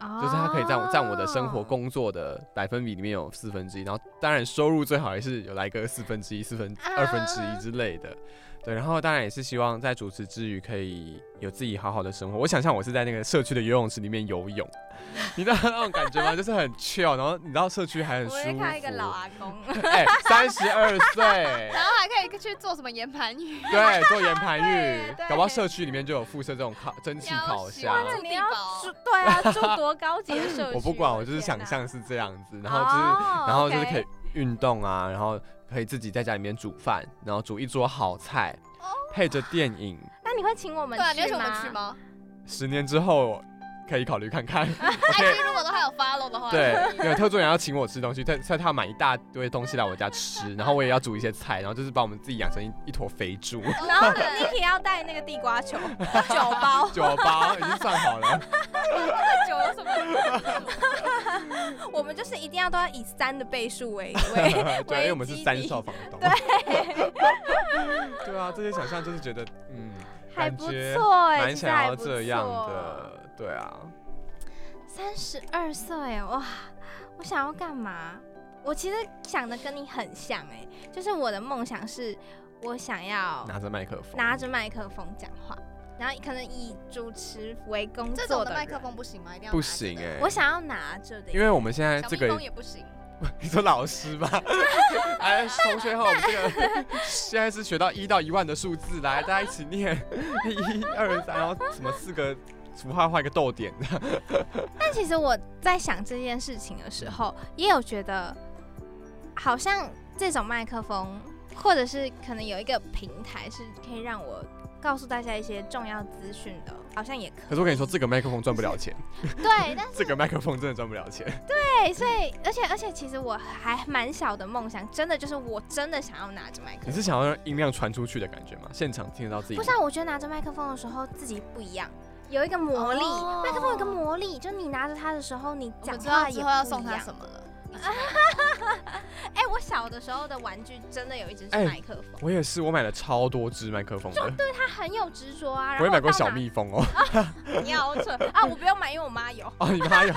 [SPEAKER 3] 哦
[SPEAKER 4] 哦
[SPEAKER 3] 就是它可以在我占我的生活
[SPEAKER 2] 哦
[SPEAKER 3] 工作的百分比里面有四分之一，然后当然收入最好也是有来个四分之一、四分
[SPEAKER 2] 啊
[SPEAKER 3] 二分之一之类的。对，然后当然也是希望在主持之余可以有自己好好的生活。我想象我是在那个社区的游泳池里面游泳， 你知道那种感觉吗？就是很 chill，然后你知道社区还很舒
[SPEAKER 2] 我在
[SPEAKER 3] 服。
[SPEAKER 2] 看一个老啊阿 公，
[SPEAKER 3] 哎，三十二 岁，
[SPEAKER 4] 然后还可以去做什么岩盘浴，
[SPEAKER 3] 对，做岩盘浴，
[SPEAKER 4] 对
[SPEAKER 3] 搞不好社区里面就有附设这种烤蒸汽烤箱。
[SPEAKER 4] 要死
[SPEAKER 2] 你要
[SPEAKER 4] 宝
[SPEAKER 2] 住对啊，住多高级的社区？
[SPEAKER 3] 我不管，我就是
[SPEAKER 2] 的天
[SPEAKER 3] 想
[SPEAKER 2] 哪，哦
[SPEAKER 3] 象是这样子，然后就是然后就是可以运动啊，然后可以自己在家里面煮饭，然后煮一桌好菜，
[SPEAKER 2] 哦
[SPEAKER 3] 配着电影。
[SPEAKER 2] 那你会请我们
[SPEAKER 4] 对啊，你有
[SPEAKER 2] 去
[SPEAKER 4] 什
[SPEAKER 2] 吗？
[SPEAKER 4] 么去吗？
[SPEAKER 3] 十年之后可以考虑看 看。
[SPEAKER 4] IG 如果都还有 follow 的 话，
[SPEAKER 3] 对
[SPEAKER 4] 可以，
[SPEAKER 3] 因为特助人要请我吃东西，在在他买一大堆东西来我 家吃，然后我也要煮一些菜，然后就是把我们自己养成一一坨肥猪。
[SPEAKER 2] 然后 Niki 要带那个地瓜球酒包，
[SPEAKER 3] 酒包已经算 好了，
[SPEAKER 4] 酒有什么？
[SPEAKER 2] 我们就是一定要都要以三的倍数为为。
[SPEAKER 3] 对，因为我们是三少房 东。对， 对啊，这些想象就是觉得，嗯，
[SPEAKER 2] 还
[SPEAKER 3] 感
[SPEAKER 2] 不
[SPEAKER 3] 觉
[SPEAKER 2] 错哎、
[SPEAKER 3] 蛮
[SPEAKER 2] 其实
[SPEAKER 3] 想
[SPEAKER 2] 还
[SPEAKER 3] 要
[SPEAKER 2] 不
[SPEAKER 3] 这样
[SPEAKER 2] 错。
[SPEAKER 3] 的，对啊。
[SPEAKER 2] 三十二岁哇，我想要干嘛？我其实想的跟你很像哎、就是我的梦想是，我想要
[SPEAKER 3] 拿着麦克风，
[SPEAKER 2] 拿着麦克风讲话，然后可能以主持为工
[SPEAKER 4] 这
[SPEAKER 2] 作
[SPEAKER 4] 种
[SPEAKER 2] 的
[SPEAKER 4] 的麦克
[SPEAKER 2] 人，
[SPEAKER 4] 风不行吗？一定要
[SPEAKER 3] 不
[SPEAKER 4] 拿着
[SPEAKER 3] 行
[SPEAKER 4] 的
[SPEAKER 3] 哎、
[SPEAKER 2] 我想要拿着的耶，
[SPEAKER 3] 因为我们现在
[SPEAKER 4] 小
[SPEAKER 3] 这
[SPEAKER 4] 蜜
[SPEAKER 3] 个
[SPEAKER 4] 蜂，也不行。
[SPEAKER 3] 你说老师吧， 哎，同学好，我们这个现在是学到一到一万的数字，来，大家一起念一二三，然后什么四个符号画一个逗点，
[SPEAKER 2] 但其实我在想这件事情的时候，也有觉得，好像这种麦克风，或者是可能有一个平台是可以让我告诉大家一些重要资讯的，好像也可以。
[SPEAKER 3] 可是我跟你说，这个麦克风赚不了钱，
[SPEAKER 2] 对，但是
[SPEAKER 3] 这个麦克风真的赚不了钱，
[SPEAKER 2] 对对，所以而且而且，其实我还蛮小的梦想，真的就是我真的想要拿着麦克
[SPEAKER 3] 你
[SPEAKER 2] 风。
[SPEAKER 3] 是想要让音量传出去的感觉吗？现场听得到自己
[SPEAKER 2] 不
[SPEAKER 3] 吗？
[SPEAKER 2] 是啊，我觉得拿着麦克风的时候自己不一样，有一个魔力。
[SPEAKER 4] 哦
[SPEAKER 2] 麦克风有一个魔力，就你拿着它的时候，你
[SPEAKER 4] 我
[SPEAKER 2] 讲
[SPEAKER 4] 们知
[SPEAKER 2] 话
[SPEAKER 4] 道
[SPEAKER 2] 也
[SPEAKER 4] 之
[SPEAKER 2] 不
[SPEAKER 4] 后要送
[SPEAKER 2] 一
[SPEAKER 4] 他
[SPEAKER 2] 样
[SPEAKER 4] 什么了。
[SPEAKER 2] 哎、我小的时候的玩具真的有一只是
[SPEAKER 3] 哎
[SPEAKER 2] 麦克风，
[SPEAKER 3] 我也是，我买了超多支麦克风的，
[SPEAKER 2] 他很有执着啊。然
[SPEAKER 3] 我
[SPEAKER 2] 后
[SPEAKER 3] 也买过
[SPEAKER 2] 到
[SPEAKER 3] 小
[SPEAKER 2] 哪，
[SPEAKER 3] 蜜蜂哦。
[SPEAKER 2] 你好扯啊！我不用买，因为我妈有。
[SPEAKER 3] 哦，你妈有，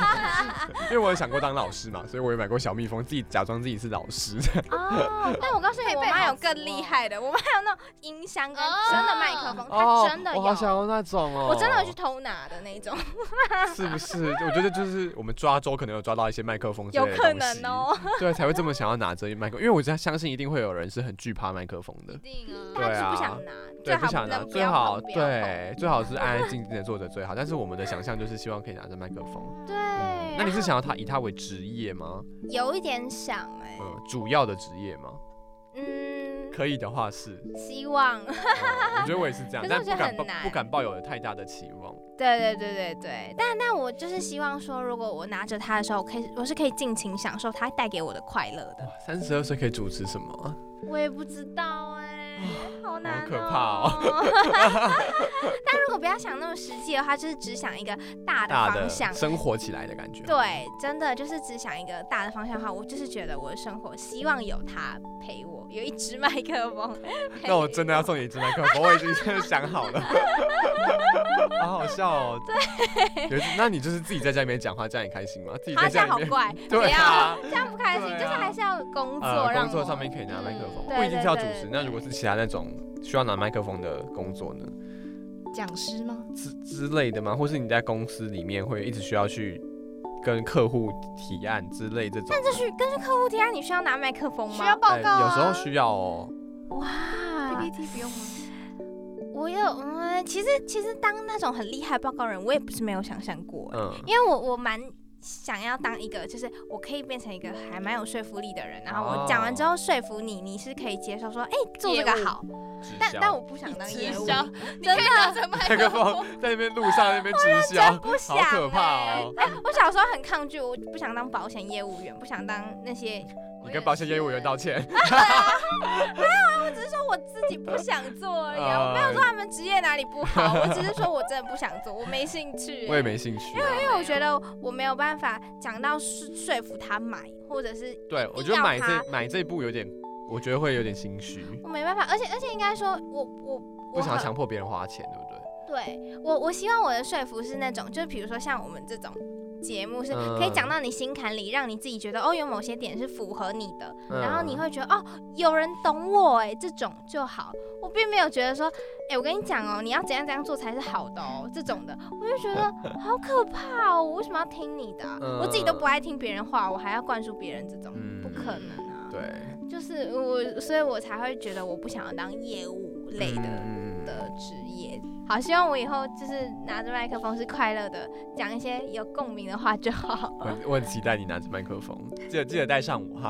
[SPEAKER 3] 因为我有想过当老师嘛，所以我也买过小蜜蜂，自己假装自己是老师。
[SPEAKER 2] 哦，但我告 诉你，
[SPEAKER 4] 配
[SPEAKER 2] 我
[SPEAKER 4] 备
[SPEAKER 2] 妈
[SPEAKER 4] 好
[SPEAKER 2] 有更
[SPEAKER 4] 足
[SPEAKER 2] 厉
[SPEAKER 4] 哦
[SPEAKER 2] 害的，我妈有那种音箱跟
[SPEAKER 4] 哦
[SPEAKER 2] 真的麦克风，
[SPEAKER 3] 哦
[SPEAKER 2] 她真的
[SPEAKER 3] 我好想
[SPEAKER 2] 有。
[SPEAKER 3] 要那种哦，
[SPEAKER 2] 我真的有去偷拿的那种，
[SPEAKER 3] 是不是？我觉得就是我们抓周可能有抓到一些麦克风之
[SPEAKER 2] 有
[SPEAKER 3] 类的
[SPEAKER 2] 可
[SPEAKER 3] 东西
[SPEAKER 2] 能，哦。
[SPEAKER 3] 对，才会这么想要拿着麦克，因为我真的相信一定会有人是很惧怕麦克风的，
[SPEAKER 4] 定
[SPEAKER 2] 她就是不
[SPEAKER 3] 对啊
[SPEAKER 2] 想拿，最
[SPEAKER 3] 对，不
[SPEAKER 2] 好
[SPEAKER 3] 想拿，
[SPEAKER 2] 能不
[SPEAKER 3] 最
[SPEAKER 2] 要
[SPEAKER 3] 好
[SPEAKER 2] 碰，不要碰
[SPEAKER 3] 对，最好是安安静静的坐着最好。但是我们的想象就是希望可以拿着麦克风。
[SPEAKER 2] 对
[SPEAKER 3] 嗯。那你是想要他以他为职业吗？
[SPEAKER 2] 啊有一点想哎，
[SPEAKER 3] 呃，主要的职业吗？
[SPEAKER 2] 嗯，
[SPEAKER 3] 可以的话是，呃
[SPEAKER 2] 希望，
[SPEAKER 3] 我觉得我也是这样
[SPEAKER 2] 可，是
[SPEAKER 3] 但
[SPEAKER 2] 我
[SPEAKER 3] 不
[SPEAKER 2] 觉得
[SPEAKER 3] 敢
[SPEAKER 2] 很
[SPEAKER 3] 抱
[SPEAKER 2] 难
[SPEAKER 3] 不敢抱有太大的期望。
[SPEAKER 2] 对对对对对，但但我就是希望说，如果我拿着它的时候，我可以我是可以尽情享受它带给我的快乐的。
[SPEAKER 3] 哇，三十二岁可以主持什么啊？
[SPEAKER 2] 我也不知道哎、好难、哦，
[SPEAKER 3] 可怕哦
[SPEAKER 2] 但如果不要想那么实际的话，就是只想一个大的
[SPEAKER 3] 大的
[SPEAKER 2] 方向。
[SPEAKER 3] 生活起来的感觉。，
[SPEAKER 2] 对，真的就是只想一个大的方向的话，我就是觉得我的生活希望有它陪我，有一支麦克 风陪。
[SPEAKER 3] 那我真的要送你一支麦克 风，我已经真的想好了，好好笑哦。对，那你就是自己在家里面讲话，这样也开心吗？自己
[SPEAKER 2] 啊，
[SPEAKER 3] 在
[SPEAKER 2] 这
[SPEAKER 3] 家
[SPEAKER 2] 样
[SPEAKER 3] 里
[SPEAKER 2] 好
[SPEAKER 3] 面，
[SPEAKER 2] 怪，不
[SPEAKER 3] 对
[SPEAKER 2] 要
[SPEAKER 3] 啊，
[SPEAKER 2] 这样不开心，
[SPEAKER 3] 对啊
[SPEAKER 2] 就是还是要有工作
[SPEAKER 3] 呃，
[SPEAKER 2] 让
[SPEAKER 3] 工
[SPEAKER 2] 我。
[SPEAKER 3] 作上面可以拿麦克风，
[SPEAKER 2] 嗯
[SPEAKER 3] 不一定是要主
[SPEAKER 2] 对对
[SPEAKER 3] 持
[SPEAKER 2] 对。
[SPEAKER 3] 那如果是其他那种需要拿麦克风的工作呢，
[SPEAKER 4] 讲师吗？
[SPEAKER 3] 之之类的吗？或是你在公司里面会一直需要去跟客户提案之类这种的？但
[SPEAKER 2] 这是根据客户提案，你需要拿麦克风吗？
[SPEAKER 4] 需要报告啊？
[SPEAKER 3] 哎有时候需要哦。
[SPEAKER 2] 哇
[SPEAKER 4] PPT 不用吗？
[SPEAKER 2] 我有，嗯，其实其实当那种很厉害的报告人，我也不是没有想象过，
[SPEAKER 3] 嗯，
[SPEAKER 2] 因为我我蛮想要当一个，就是我可以变成一个还蛮有说服力的人，然后我
[SPEAKER 3] 哦
[SPEAKER 2] 讲完之后说服你，你是可以接受说，哎、做这
[SPEAKER 4] 业
[SPEAKER 2] 个
[SPEAKER 4] 务
[SPEAKER 2] 好，
[SPEAKER 3] 直
[SPEAKER 2] 但
[SPEAKER 3] 销
[SPEAKER 2] 但我不想当业务，真
[SPEAKER 4] 你可以
[SPEAKER 2] 的
[SPEAKER 4] 拿着麦
[SPEAKER 3] 麦克
[SPEAKER 4] 克
[SPEAKER 3] 风
[SPEAKER 4] 风，
[SPEAKER 3] 在那边路上那边 直销，
[SPEAKER 2] 真不想、
[SPEAKER 3] 好
[SPEAKER 2] 欸，
[SPEAKER 3] 可怕哦！
[SPEAKER 2] 哎、我小时候很抗拒，我不想当保险业务员，不想当那些，
[SPEAKER 3] 你
[SPEAKER 4] 我也
[SPEAKER 3] 跟保险业务员
[SPEAKER 4] 是
[SPEAKER 3] 道歉。
[SPEAKER 2] 我只是说我自己不想做而已啊、
[SPEAKER 3] 呃
[SPEAKER 2] 我没有说他们职业哪里不好，我只是说我真的不想做，我没兴趣、
[SPEAKER 3] 我也没兴趣啊。
[SPEAKER 2] 因为我觉得我没有办法讲到说说服他买，或者是
[SPEAKER 3] 对，我觉得买这买这部有点，我觉得会有点心虚，
[SPEAKER 2] 我没办法，而且而且应该说我，我我
[SPEAKER 3] 不想
[SPEAKER 2] 很
[SPEAKER 3] 强迫别人花钱，对不对？
[SPEAKER 2] 对我我希望我的说服是那种，就比如说像我们这种节目是
[SPEAKER 3] 嗯
[SPEAKER 2] 可以讲到你心坎里，让你自己觉得哦有某些点是符合你的，
[SPEAKER 3] 嗯
[SPEAKER 2] 然后你会觉得哦有人懂我哎这种就好。我并没有觉得说，哎、我跟你讲哦，你要怎样怎样做才是好的哦，这种的，我就 觉得好可怕哦，我为什么要听你的啊、
[SPEAKER 3] 嗯
[SPEAKER 2] 我自己都不爱听别人话，我还要灌输别人这种，
[SPEAKER 3] 嗯
[SPEAKER 2] 不可能啊。
[SPEAKER 3] 对
[SPEAKER 2] 就是我，所以我才会觉得我不想要当业务类的、
[SPEAKER 3] 嗯嗯嗯
[SPEAKER 2] 的职业。好，希望我以后就是拿着麦克风是快乐的，讲一些有共鸣的话就 好。
[SPEAKER 3] 我很我很期待你拿着麦克风，记得记得带上我哈。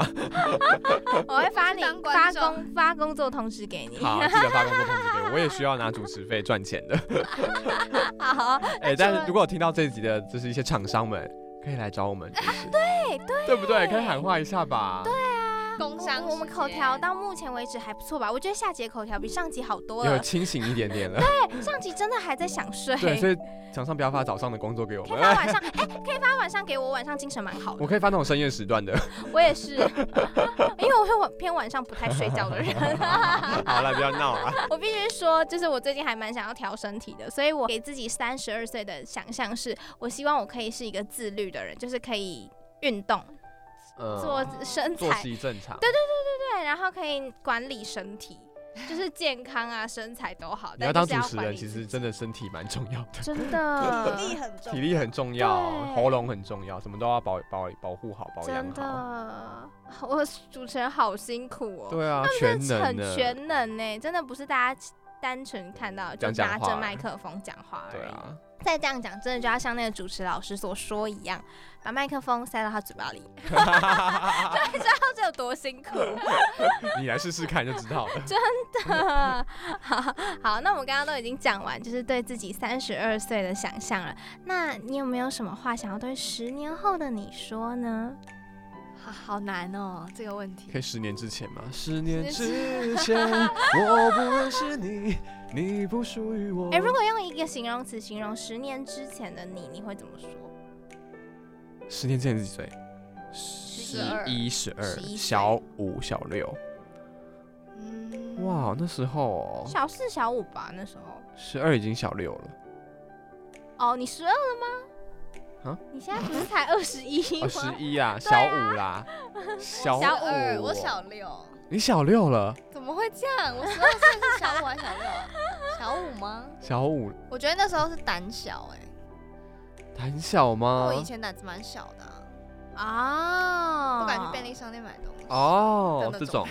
[SPEAKER 2] 我会发你
[SPEAKER 4] 当
[SPEAKER 2] 发
[SPEAKER 4] 观众
[SPEAKER 2] 工发工作通知给你。
[SPEAKER 3] 好，记得发工作通知给我，我也需要拿主持费赚钱的。
[SPEAKER 2] 好，
[SPEAKER 3] 哎，但是如果有听到这一集的，就是一些厂商们。可以来找我们，对对，对不对？可以喊话一下吧。对，
[SPEAKER 4] 工商
[SPEAKER 2] 我我们
[SPEAKER 4] 时
[SPEAKER 2] 口
[SPEAKER 4] 间
[SPEAKER 2] 条到目前为止还不错吧？我觉得下节口条比上集好多
[SPEAKER 3] 有
[SPEAKER 2] 了，
[SPEAKER 3] 清醒一点点了。
[SPEAKER 2] 上集真的还在想睡。
[SPEAKER 3] 对，所以厂商不要发早上的工作给我
[SPEAKER 2] 可
[SPEAKER 3] 们
[SPEAKER 2] 以，发晚上，哎、可以发晚上给我，晚上精神蛮好的。
[SPEAKER 3] 我可以发那种深夜时段的。
[SPEAKER 2] 我也是， 因为我是晚偏晚上不太睡觉的 人。
[SPEAKER 3] 好了，不要闹了。
[SPEAKER 2] 我必须说，就是我最近还蛮想要调身体的，所以我给自己三十二岁的想象是，我希望我可以是一个自律的人，就是可以运动、
[SPEAKER 3] 嗯
[SPEAKER 2] 做身
[SPEAKER 3] 作
[SPEAKER 2] 材，
[SPEAKER 3] 息正常。
[SPEAKER 2] 对对，然后可以管理身体，就是健康啊、身材都好。
[SPEAKER 3] 你要
[SPEAKER 2] 但
[SPEAKER 3] 当
[SPEAKER 2] 就是
[SPEAKER 3] 主持
[SPEAKER 2] 管
[SPEAKER 3] 人，
[SPEAKER 2] 理
[SPEAKER 3] 其
[SPEAKER 2] 自己
[SPEAKER 3] 实真的身体蛮重要的，
[SPEAKER 2] 真的
[SPEAKER 4] 很重
[SPEAKER 3] 体力很重要，
[SPEAKER 2] 对
[SPEAKER 3] 喉咙很重要，什么都要保保保护好，保养
[SPEAKER 2] 真
[SPEAKER 3] 好。
[SPEAKER 2] 的，我主持人好辛苦哦，
[SPEAKER 3] 对啊，全
[SPEAKER 2] 真的
[SPEAKER 3] 能
[SPEAKER 2] 很
[SPEAKER 3] 的。
[SPEAKER 2] 全欸能呢，真的不是大家单纯看到就
[SPEAKER 3] 讲讲
[SPEAKER 2] 拿着
[SPEAKER 3] 话
[SPEAKER 2] 麦克风讲话而
[SPEAKER 3] 对
[SPEAKER 2] 已。
[SPEAKER 3] 啊，
[SPEAKER 2] 再这样讲，真的就要像那个主持老师所说一样，把麦克风塞到他嘴 巴里，你知道这有多辛苦。
[SPEAKER 3] 你来试试看就知道了。
[SPEAKER 2] 好好，那我们刚刚都已经讲完，就是对自己三十二岁的想象了。那你有没有什么话想要对十年后的你说呢？
[SPEAKER 4] 好好难哦，这个问题
[SPEAKER 3] 可。以十年之前吗？十年之前， 我不认识你，你不属于我。
[SPEAKER 2] 哎、如果用一个形容词形容十年之前的你，你会怎么说？
[SPEAKER 3] 十年之前是几岁？
[SPEAKER 4] 二
[SPEAKER 3] 一、十二
[SPEAKER 2] 11岁，
[SPEAKER 3] 小五、小六。
[SPEAKER 4] 嗯，
[SPEAKER 3] 哇，那时候哦，
[SPEAKER 2] 小四、小五吧，那时候。
[SPEAKER 3] 十二已经小六了，
[SPEAKER 2] 哦，你十二了吗？
[SPEAKER 3] 啊？
[SPEAKER 2] 你现在不是才二十一
[SPEAKER 3] 哦，
[SPEAKER 2] 吗？
[SPEAKER 3] 十一啊，小五 啦，小
[SPEAKER 4] 小二，
[SPEAKER 3] 五，
[SPEAKER 4] 我小六，
[SPEAKER 3] 你小六了，
[SPEAKER 4] 怎么会这样？我十二岁是小五还是小六啊？ 小五吗？
[SPEAKER 3] 小五
[SPEAKER 4] 我觉得那时候是胆小哎、
[SPEAKER 3] 胆小吗
[SPEAKER 4] 我？以前胆子蛮小的
[SPEAKER 2] 哦，
[SPEAKER 4] 啊、不敢去便利商店买东西。
[SPEAKER 3] 哦
[SPEAKER 4] 的，
[SPEAKER 3] 这
[SPEAKER 4] 那种
[SPEAKER 3] 种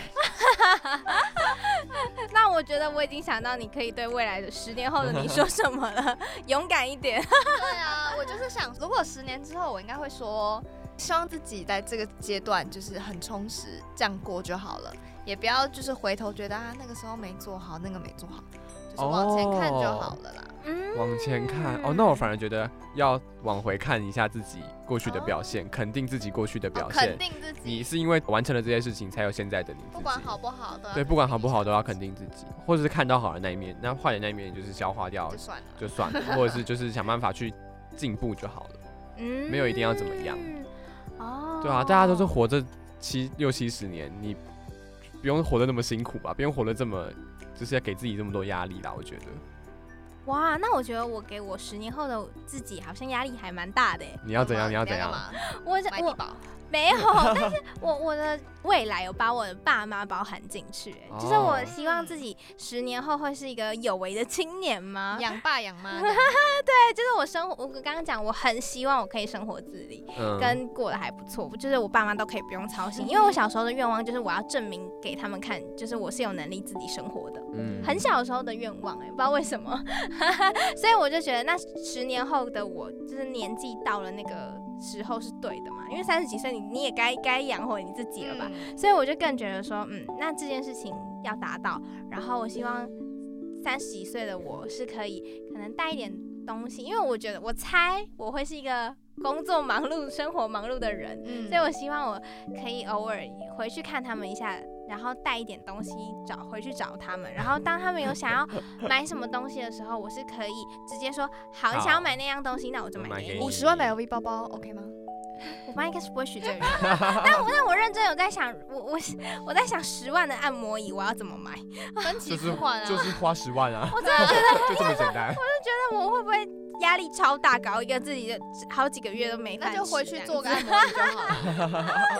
[SPEAKER 2] 那我觉得我已经想到你可以对未来的十年后的你说什么 了，勇敢一点。
[SPEAKER 4] 对啊，我就是想，如果十年之后，我应该会说，希望自己在这个阶段就是很充实，这样过就好了，也不要就是回头觉得啊那个时候没做好，那个没做好，就是往前看就好了啦。
[SPEAKER 2] 嗯，
[SPEAKER 3] 往前看哦，那我反而觉得要往回看一下自己过去的表现，肯定自己过去的
[SPEAKER 4] 哦
[SPEAKER 3] 表
[SPEAKER 4] 肯
[SPEAKER 3] 现。
[SPEAKER 4] 定自
[SPEAKER 3] 你
[SPEAKER 4] 己，
[SPEAKER 3] 是因为完成了这些事情，才有现在的你自己。
[SPEAKER 4] 不管好不好都要
[SPEAKER 3] 对，不管好不好都要肯定自己，或者是看到好的那一面，那坏的那一面就是消化掉
[SPEAKER 4] 就算了。
[SPEAKER 3] 就算 了，或者是就是想办法去进步就好了。
[SPEAKER 2] 嗯
[SPEAKER 3] 没有一定要怎么样。
[SPEAKER 2] 哦，
[SPEAKER 3] 对啊，大家都是活着七六七十年，你不用活得那么辛苦吧，不用活得这么就是要给自己这么多压力啦。我觉得
[SPEAKER 2] 哇，那我觉得我给我十年后的自己好像压力还蛮大的耶。
[SPEAKER 3] 你要怎样，你要怎
[SPEAKER 4] 干
[SPEAKER 3] 样，
[SPEAKER 4] 嘛？
[SPEAKER 2] 我
[SPEAKER 4] 买地
[SPEAKER 2] 我
[SPEAKER 4] 保，
[SPEAKER 2] 没有，但是我我的未来有把我的爸妈包含进去耶，就是我
[SPEAKER 3] 哦
[SPEAKER 2] 希望自己十年后会是一个有为的青年吗？
[SPEAKER 4] 养爸养妈的，
[SPEAKER 2] 对，就是我生活，我刚刚讲，我很希望我可以生活自理，
[SPEAKER 3] 嗯，
[SPEAKER 2] 跟过得还不错，就是我爸妈都可以不用操心，因为我小时候的愿望就是我要证明给他们看，就是我是有能力自己生活的。
[SPEAKER 3] 嗯
[SPEAKER 2] 很小的时候的愿望、哎，不知道为什么， 所以我就觉得那十年后的我，就是年纪到了那个时候是对的嘛，因为三十几岁你你也该该养活你自己了吧，
[SPEAKER 4] 嗯
[SPEAKER 2] 所以我就更觉得说，嗯，那这件事情要达到，然后我希望三十几岁的我是可以可能带一点东西，因为我觉得我猜我会是一个工作忙碌、生活忙碌的人，
[SPEAKER 4] 嗯
[SPEAKER 2] 所以我希望我可以偶尔回去看他们一下，然后带一点东西找回去找他们，然后当他们有想要买什么东西的时候，我是可以直接说，好，你想要
[SPEAKER 3] 好
[SPEAKER 2] 买那样东西，那我就
[SPEAKER 3] 我
[SPEAKER 2] 买
[SPEAKER 3] 买
[SPEAKER 2] 给
[SPEAKER 3] 给
[SPEAKER 2] 你
[SPEAKER 3] 你
[SPEAKER 4] 五。十万买 LV 包包 OK 吗？
[SPEAKER 2] 我妈应该是不会许这个愿望，但我但我认真有在想，我我我在想十万的按摩椅我要怎么买？
[SPEAKER 4] 分期
[SPEAKER 3] 就
[SPEAKER 4] 付
[SPEAKER 3] 是
[SPEAKER 4] 款啊，
[SPEAKER 3] 就是花十万啊，
[SPEAKER 2] 我真的觉 得
[SPEAKER 3] 就这么简单。
[SPEAKER 2] 那我会不会压力超大，搞一个自己的好几个月都没饭吃？
[SPEAKER 4] 那就回去做
[SPEAKER 2] 这
[SPEAKER 4] 个
[SPEAKER 2] 样子。
[SPEAKER 4] 按摩椅就好了。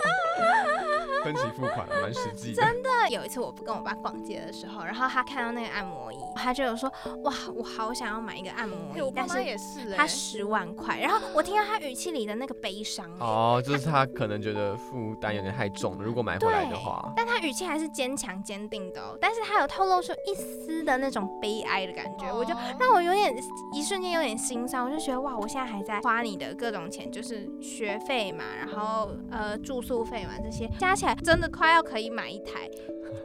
[SPEAKER 3] 分期付款蛮实际的，
[SPEAKER 2] 真的有一次我不跟我爸逛街的时候，然后他看到那个按摩椅，他就有说哇，我好想要买一个按摩
[SPEAKER 4] 哎我
[SPEAKER 2] 椅，
[SPEAKER 4] 爸
[SPEAKER 2] 但
[SPEAKER 4] 妈
[SPEAKER 2] 是
[SPEAKER 4] 也是哎，
[SPEAKER 2] 他十万块。然后我听到他语气里的那个悲伤，欸
[SPEAKER 3] 哦，就是他可能觉得负担有点太重了，如果买回来的话，
[SPEAKER 2] 但他语气还是坚强坚定的哦，但是他有透露出一丝的那种悲哀的感觉，我就
[SPEAKER 4] 哦
[SPEAKER 2] 让我有点一瞬间有点心酸，我就觉得哇，我现在还在花你的各种钱，就是学费嘛，然后
[SPEAKER 3] 嗯
[SPEAKER 2] 呃住宿费嘛这些，加起来真的快要可以买一 台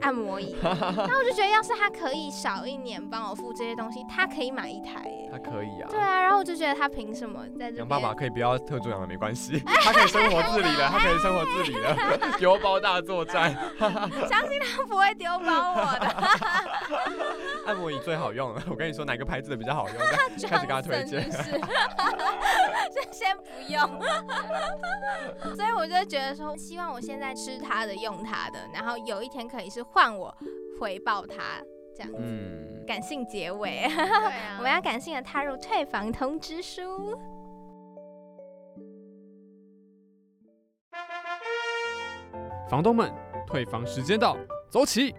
[SPEAKER 2] 按摩椅了。那我就觉得，要是他可以少一年帮我付这些东西，他可以买一台耶。
[SPEAKER 3] 他可以啊
[SPEAKER 2] 对。啊，然后我就觉得他凭什么在这
[SPEAKER 3] 杨爸爸
[SPEAKER 2] 边？
[SPEAKER 3] 可以不要特助养了，没关系， 他可以生活自理 了，他可以生活自理 了，油包大作战，
[SPEAKER 2] 相信他不会丢包我的。
[SPEAKER 3] 按摩椅最好用了。我跟你说，哪个牌子的比较好用？开始给他推
[SPEAKER 2] Johnson
[SPEAKER 3] 荐
[SPEAKER 2] 是不是，先先不用。 所以我就觉得说，希望我现在吃他的、用他的，然后有一天可以是换我回报他这样子。
[SPEAKER 3] 嗯。
[SPEAKER 2] 感性结尾，
[SPEAKER 4] 对啊
[SPEAKER 2] 我们要感性的踏入退房通知书。
[SPEAKER 1] 房东们，
[SPEAKER 3] 退房时间到，走起！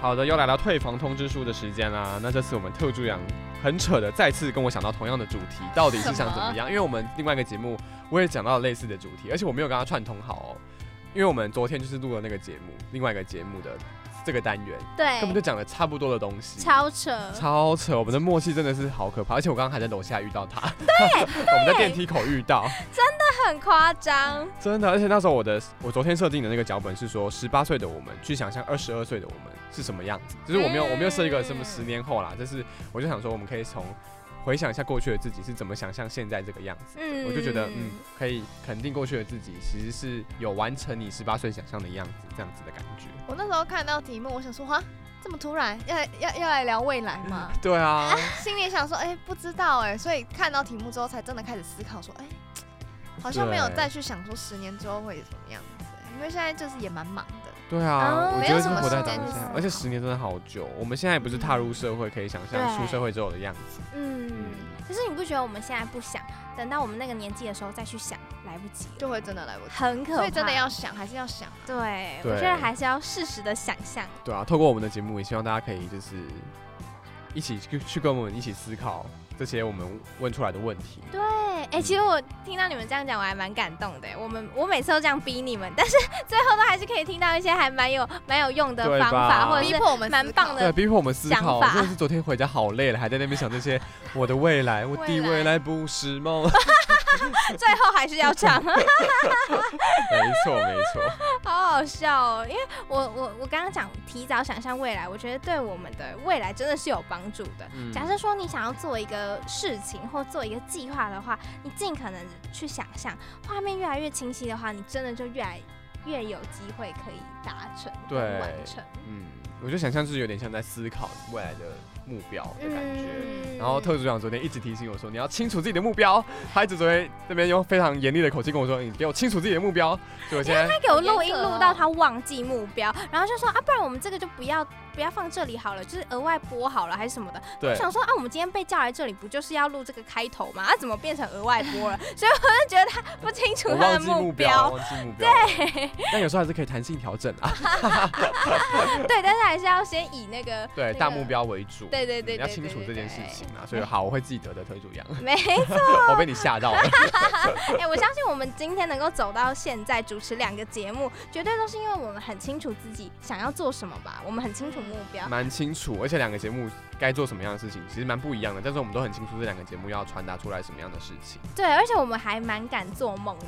[SPEAKER 3] 好的，又来到退房通知书的时间啦。那这次我们特助养很扯的，再次跟我想到同样的主题，到底是想怎么样？因为我们另外一个节目我也讲到了类似的主题，而且我没有跟他串通好哦，因为我们昨天就是录了那个节目，另外一个节目的这个单元，根本就
[SPEAKER 2] 对，
[SPEAKER 3] 讲了差不多的东西。
[SPEAKER 2] 超扯，
[SPEAKER 3] 超扯，我们的默契真的是好可怕，而且我刚刚还在楼下遇到他， 我们在电梯口遇到，
[SPEAKER 2] 很夸张。
[SPEAKER 3] 真的，而且那时候我的我昨天设定的那个脚本是说，十八岁的我们去想象二十二岁的我们是什么样子，就是我没有我没有设一个什么十年后啦，就是我就想说我们可以从回想一下过去的自己是怎么想象现在这个样子，
[SPEAKER 2] 嗯，
[SPEAKER 3] 我就觉得嗯，可以肯定过去的自己其实是有完成你十八岁想象的样子，这样子的感觉。
[SPEAKER 4] 我那时候看到题目，我想说哈，这么突然，要来要要来聊未来 吗？
[SPEAKER 3] 对啊，
[SPEAKER 4] 心里想说，哎、不知道哎、所以看到题目之后，才真的开始思考说，哎、好像没有
[SPEAKER 3] 对
[SPEAKER 4] 再去想说十年之后会怎么样子、因为现在就是也蛮忙的，
[SPEAKER 3] 对
[SPEAKER 2] 哦
[SPEAKER 3] 啊，我觉得是活在
[SPEAKER 4] 没
[SPEAKER 3] 当
[SPEAKER 4] 有什么时间
[SPEAKER 3] 下
[SPEAKER 4] 思，
[SPEAKER 3] 而且十年真的好久，我们现在不是踏入社会，可以想象出
[SPEAKER 2] 对
[SPEAKER 3] 社会之后的样子。
[SPEAKER 2] 嗯，可是你不觉得我们现在不想，等到我们那个年纪的时候再去想，来不及了，
[SPEAKER 4] 就会真的来不及。
[SPEAKER 2] 很可怕。
[SPEAKER 4] 所以真的要想，还是要想。啊
[SPEAKER 2] 对，
[SPEAKER 3] 对
[SPEAKER 2] 我觉得还是要适时的想象。
[SPEAKER 3] 对啊，透过我们的节目，也希望大家可以就是一起去去跟我们一起思考这些我们问出来的问题。
[SPEAKER 2] 对，哎、其实我听到你们这样讲，我还蛮感动的。我们我每次都这样逼你们，但是 最后都还是可以听到一些还蛮有蛮有用的
[SPEAKER 3] 对
[SPEAKER 2] 方
[SPEAKER 3] 吧
[SPEAKER 2] 法，或者
[SPEAKER 4] 逼
[SPEAKER 2] 是
[SPEAKER 4] 迫我们
[SPEAKER 2] 蛮
[SPEAKER 4] 思考
[SPEAKER 2] 棒的
[SPEAKER 3] 对，逼迫我们思
[SPEAKER 2] 想
[SPEAKER 3] 考。
[SPEAKER 2] 法
[SPEAKER 3] 真的是昨天回家好累了，还在那边想这些我的未来，我的
[SPEAKER 4] 未
[SPEAKER 3] 未
[SPEAKER 4] 来
[SPEAKER 3] 来不是梦。
[SPEAKER 2] 最后还是要唱。
[SPEAKER 3] 没错，没错。
[SPEAKER 2] 好好笑哦！因为我我我刚刚讲提早想象未来，我觉得对我们的未来真的是有帮助的。
[SPEAKER 3] 嗯
[SPEAKER 2] 假设说你想要做一个事情或做一个计划的话，你尽可能去想象，画面越来越清晰的话，你真的就越来越有机会可以达成、
[SPEAKER 3] 对
[SPEAKER 2] 完成
[SPEAKER 3] 嗯，我觉得想象就是有点像在思考未来的目标的感觉。
[SPEAKER 2] 嗯
[SPEAKER 3] 然后特组长昨天一直提醒我说，你要清楚自己的目标。他一直昨天这边用非常严厉的口气跟我说，你给我清楚自己的目标。所以我现在
[SPEAKER 2] 他给我录音
[SPEAKER 4] 好严格哦
[SPEAKER 2] 录到他忘记目标，然后就说啊，不然我们这个就不要不要放这里好了，就是额外播好了还是什么的。
[SPEAKER 3] 对
[SPEAKER 2] 我想说啊，我们今天被叫来这里不就是要录这个开头吗？啊，怎么变成额外播了？ 所以我就觉得他不清楚
[SPEAKER 3] 我
[SPEAKER 2] 他的
[SPEAKER 3] 忘记目标，
[SPEAKER 2] 标。
[SPEAKER 3] 忘记目标。对，但有时候还是可以弹性调整啊。
[SPEAKER 2] 对，但是还是要先以那个
[SPEAKER 3] 对，
[SPEAKER 2] 那
[SPEAKER 3] 大
[SPEAKER 2] 个
[SPEAKER 3] 目标为主。
[SPEAKER 2] 对对对对
[SPEAKER 3] 你要清楚这件事情啊。所以好，我会记得的，推主 羊。
[SPEAKER 2] 没错。
[SPEAKER 3] 我被你吓到了。
[SPEAKER 2] 哎、我相信我们今天能够走到现在，主持两个节目，绝对都是因为我们很清楚自己想要做什么吧，我们很清楚目标。
[SPEAKER 3] 蛮清楚，而且两个节目该做什么样的事情，其实蛮不一样的。但是我们都很清楚这两个节目要传达出来什么样的事情。
[SPEAKER 2] 对，而且我们还蛮敢做梦的。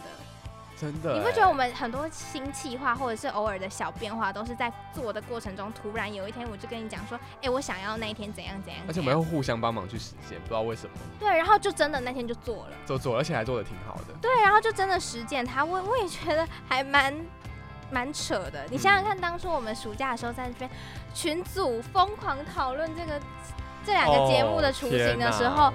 [SPEAKER 3] 真的欸、
[SPEAKER 2] 你不觉得我们很多新企划或者是偶尔的小变化，都是在做的过程中，突然有一天我就跟你讲说，哎、我想要那一天怎样怎样
[SPEAKER 3] 欸而且
[SPEAKER 2] 怎
[SPEAKER 3] 我们
[SPEAKER 2] 样，
[SPEAKER 3] 会互相帮忙去实现，不知道为什么
[SPEAKER 2] 对，然后就真的那天就做了，
[SPEAKER 3] 做做，而且还做的挺好的。
[SPEAKER 2] 对，然后就真的实践它，我我也觉得还蛮。蛮扯的，你
[SPEAKER 3] 嗯
[SPEAKER 2] 想想看，当初我们暑假的时候在这边群组疯狂讨论这个这两个节目的雏形的时候，
[SPEAKER 3] 哦，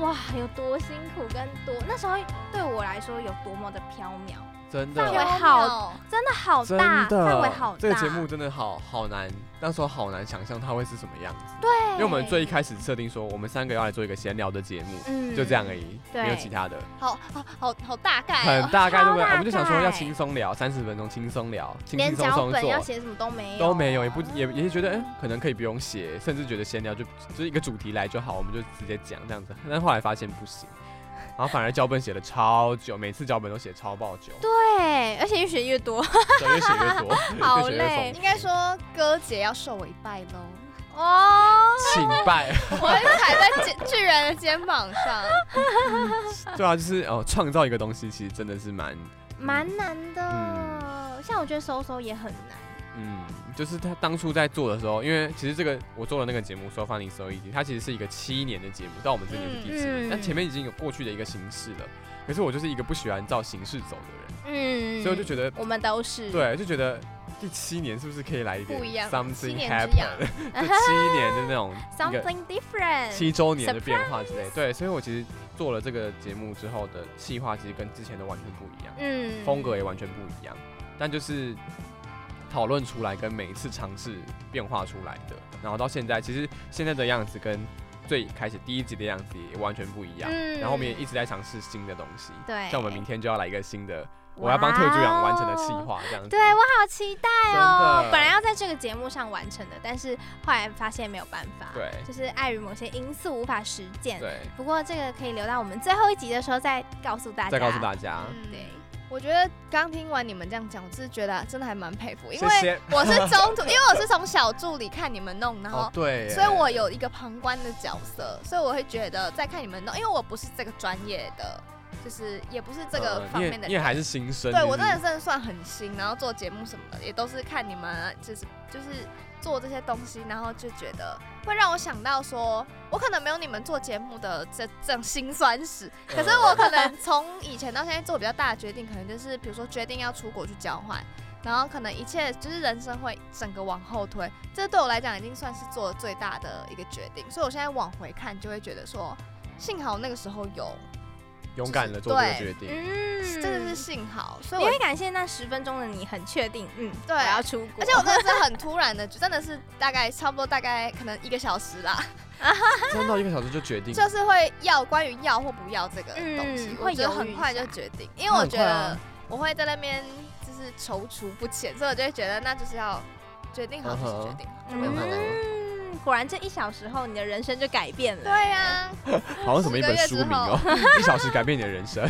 [SPEAKER 2] 哇，有多辛苦跟多那时候对我来说有多么的缥缈，
[SPEAKER 3] 天哪真
[SPEAKER 2] 范围
[SPEAKER 3] 的。
[SPEAKER 2] 好哦真的好
[SPEAKER 3] 真
[SPEAKER 2] 大，
[SPEAKER 3] 的
[SPEAKER 2] 范围好大。
[SPEAKER 3] 这个节目真的好好难，那时候好难想象它会是什么样子。
[SPEAKER 2] 对，
[SPEAKER 3] 因为我们最一开始设定说，我们三个要来做一个闲聊的节目，
[SPEAKER 2] 嗯
[SPEAKER 3] 就这样而已，
[SPEAKER 2] 对
[SPEAKER 3] 没有其他的，
[SPEAKER 4] 好好好好大概、
[SPEAKER 3] 很
[SPEAKER 4] 哦，
[SPEAKER 3] 大概对不
[SPEAKER 2] 超
[SPEAKER 3] 对？
[SPEAKER 2] 大概哎
[SPEAKER 3] 我们就想说要轻松聊，三十分钟轻松聊，轻
[SPEAKER 2] 连
[SPEAKER 3] 轻松
[SPEAKER 2] 脚
[SPEAKER 3] 松
[SPEAKER 2] 本要
[SPEAKER 3] 做。
[SPEAKER 2] 写什么都没有，
[SPEAKER 3] 都没有，也不也也觉得，哎、可能可以不用写，甚至觉得闲聊就就是一个主题来就好，我们就直接讲这样子。但后来发现不行，然后反而脚本写的超久，每次脚本都写超爆久，
[SPEAKER 2] 对，而且越学越多
[SPEAKER 3] 对，越写越多，
[SPEAKER 2] 好
[SPEAKER 3] 越写越
[SPEAKER 2] 累
[SPEAKER 3] 疯
[SPEAKER 4] 应，该说哥姐要受我一拜 喽，
[SPEAKER 2] 哦。
[SPEAKER 3] 请拜。
[SPEAKER 4] 我会踩在巨巨人的肩膀 上。
[SPEAKER 3] 对啊，就是哦，创造一个东西其实真的是蛮，
[SPEAKER 2] 蛮难的，像我觉得搜搜也很难。
[SPEAKER 3] 嗯，就是他当初在做的时候，因为其实这个我做的那个节目《说翻你收一集》，它其实是一个七年的节目，到我们这年是第七
[SPEAKER 2] 嗯
[SPEAKER 3] 年，但前面已经有过去的一个形式了。可是我就是一个不喜欢照形式走的人，
[SPEAKER 2] 嗯
[SPEAKER 3] 所以我就觉得，
[SPEAKER 2] 我们都是，
[SPEAKER 3] 对，就觉得第七年是不是可以来一点
[SPEAKER 4] 不一样
[SPEAKER 3] something
[SPEAKER 4] 七年之痒
[SPEAKER 3] happen？就 七年的那种一个
[SPEAKER 2] ，something different。
[SPEAKER 3] 七周年的变化之类。对，所以我其实做了这个节目之后的企划，其实跟之前的完全不一样。
[SPEAKER 2] 嗯
[SPEAKER 3] 风格也完全不一样，但就是讨论出来跟每一次尝试变化出来的，然后到现在，其实现在的样子跟最开始第一集的样子也完全不一样。
[SPEAKER 2] 嗯
[SPEAKER 3] 然后我们也一直在尝试新的东西，
[SPEAKER 2] 对，
[SPEAKER 3] 像我们明天就要来一个新的，我要帮特助养完成的计
[SPEAKER 2] 哇哦。
[SPEAKER 3] 划，这样子。
[SPEAKER 2] 对我好期待哦
[SPEAKER 3] 真！的
[SPEAKER 2] 本来要在这个节目上完成的，但是后来发现没有办法，
[SPEAKER 3] 对
[SPEAKER 2] 就是碍于某些因素无法实践。
[SPEAKER 3] 对，
[SPEAKER 2] 不过这个可以留到我们最后一集的时候再告诉大家。
[SPEAKER 3] 再告诉大家，
[SPEAKER 4] 嗯
[SPEAKER 2] 对，
[SPEAKER 4] 我觉得刚听完你们这样讲，我是觉得真的还蛮佩服，因
[SPEAKER 3] 谢
[SPEAKER 4] 为
[SPEAKER 3] 谢。
[SPEAKER 4] 我是中途，因为我是从小助理看你们弄，然后
[SPEAKER 3] 哦，对耶，
[SPEAKER 4] 所以我有一个旁观的角色，所以我会觉得在看你们弄，因为我不是这个专业的，就是也不是这个
[SPEAKER 3] 呃
[SPEAKER 4] 方
[SPEAKER 3] 你也
[SPEAKER 4] 面的
[SPEAKER 3] 你也
[SPEAKER 4] 人。
[SPEAKER 3] 还是新生，
[SPEAKER 4] 对
[SPEAKER 3] 就
[SPEAKER 4] 我
[SPEAKER 3] 是
[SPEAKER 4] 真的真的算很新，然后做节目什么的也都是看你们，就是就是做这些东西，然后就觉得会让我想到说，我可能没有你们做节目的这这种辛酸史，
[SPEAKER 3] 嗯
[SPEAKER 4] 可
[SPEAKER 3] 呃
[SPEAKER 4] 是我可能从以前到现在做比较大的决定，可能就是比如说决定要出国去交换，然后可能一切就是人生会整个往后推，这对我来讲已经算是做了最大的一个决定，所以我现在往回看就会觉得说，幸好那个时候有，
[SPEAKER 3] 勇敢的做这个
[SPEAKER 4] 对
[SPEAKER 3] 决定。
[SPEAKER 2] 嗯
[SPEAKER 4] 真的是幸好，所以
[SPEAKER 2] 你
[SPEAKER 4] 我
[SPEAKER 2] 会感谢那十分钟的你，很确定，嗯，
[SPEAKER 4] 对
[SPEAKER 2] 我要出国，
[SPEAKER 4] 而且我真的是很突然的，就真的是大概差不多大概可能一个小时啦，
[SPEAKER 3] 真到一个小时就决定，
[SPEAKER 4] 就是会要关于要或不要这个东西，
[SPEAKER 2] 嗯
[SPEAKER 4] 我觉得
[SPEAKER 2] 会犹豫
[SPEAKER 4] 很快
[SPEAKER 2] 一下
[SPEAKER 4] 就决定，因为我觉
[SPEAKER 3] 那很快
[SPEAKER 4] 得
[SPEAKER 3] 啊
[SPEAKER 4] 我会在那边就是踌躇不前，所以我就会觉得那就是要决定好就是决定好，就没有办法。
[SPEAKER 2] 嗯，果然这一小时后，你的人生就改变了，
[SPEAKER 4] 对呀、
[SPEAKER 3] 好像什么一本
[SPEAKER 4] 十
[SPEAKER 3] 书
[SPEAKER 4] 个月之
[SPEAKER 3] 名哦，一小时改变你的人 生。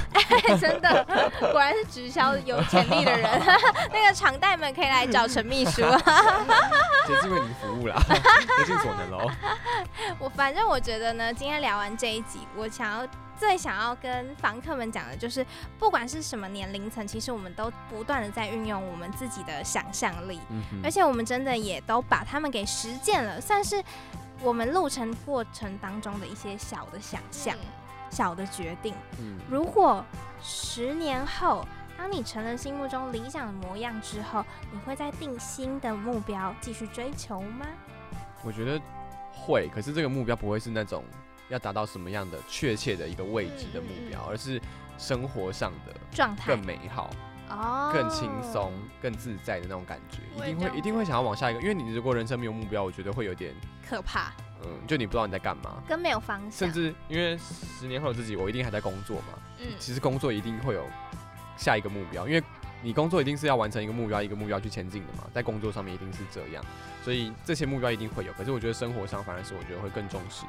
[SPEAKER 2] 真的，果然是直销有潜力的人。 那个常代们可以来找陈秘书。
[SPEAKER 3] 也是为你服务啦，竭尽所能喽。
[SPEAKER 2] 我反正我觉得呢，今天聊完这一集，我想要最想要跟房客们讲的就是，不管是什么年龄层，其实我们都不断的在运用我们自己的想象力，
[SPEAKER 3] 嗯哼
[SPEAKER 2] 而且我们真的也都把他们给实践了，算是我们路程过程当中的一些小的想象、小的决定。
[SPEAKER 3] 嗯
[SPEAKER 2] 如果十年后，当你成了心目中理想的模样之后，你会再定新的目标继续追求吗？
[SPEAKER 3] 我觉得会，可是这个目标不会是那种要达到什么样的确切的一个位置的目标，
[SPEAKER 4] 嗯嗯嗯
[SPEAKER 3] 而是生活上的
[SPEAKER 2] 状态
[SPEAKER 3] 更美好、
[SPEAKER 2] 哦，
[SPEAKER 3] 更轻松、更自在的那种感觉，一
[SPEAKER 4] 我也
[SPEAKER 3] 定
[SPEAKER 4] 这样
[SPEAKER 3] 会一定会想要往下一个。因为你如果人生没有目标，我觉得会有点，
[SPEAKER 2] 可怕，
[SPEAKER 3] 嗯，就你不知道你在干嘛。
[SPEAKER 2] 跟没有方向
[SPEAKER 3] 甚。至因为十年后的自己，我一定还在工作嘛。
[SPEAKER 4] 嗯
[SPEAKER 3] 其实工作一定会有下一个目标，因为你工作一定是要完成一个目标一个目标去前进的嘛，在工作上面一定是这样，所以这些目标一定会有。可是我觉得生活上反而是我觉得会更重视，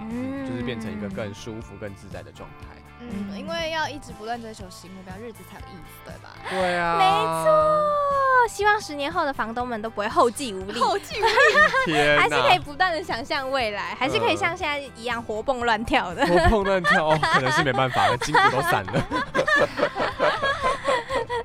[SPEAKER 3] 嗯，就是变成一个更舒服、更自在的状态。
[SPEAKER 4] 嗯，因为要一直不断追求新目标，日子才有意思，对吧？
[SPEAKER 3] 对啊，
[SPEAKER 2] 没错。哦希望十年后的房东们都不会后继无力，
[SPEAKER 4] 继
[SPEAKER 3] 错，天
[SPEAKER 2] 还是可以
[SPEAKER 3] 哪！嗯
[SPEAKER 2] 不断的想象未来，还是可以像现在一样活蹦乱跳的。
[SPEAKER 3] 我碰乱跳、哦，可能是没办法了，筋骨都散 了。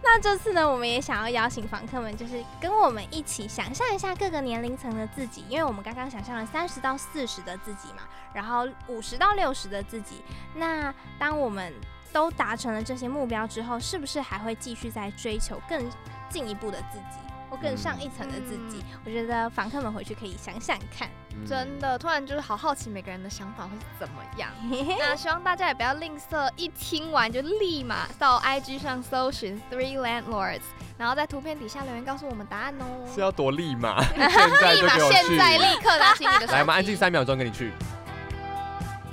[SPEAKER 2] 那这次呢，我们也想要邀请房客们，就是跟我们一起想象一下各个年龄层的自己，因为我们刚刚想象了三十到四十的自己嘛，然后五十到六十的自己。那当我们都达成了这些目标之后，是不是还会继续在追求更进一步的自己，或更上一层的自己？我觉得房客们回去可以想想看。
[SPEAKER 4] 真的，突然就是好好奇每个人的想法会是怎么样。那希望大家也不要吝啬，一听完就立马到 IG 上搜寻 Three Landlords，然后在图片底下留言告诉我们答案哦。
[SPEAKER 3] 是要多立 马，现在
[SPEAKER 4] 立
[SPEAKER 3] 就
[SPEAKER 4] 马
[SPEAKER 3] 给我去
[SPEAKER 4] 现在立刻拿起你的手机。
[SPEAKER 3] 来，我们安静三秒钟，跟你去。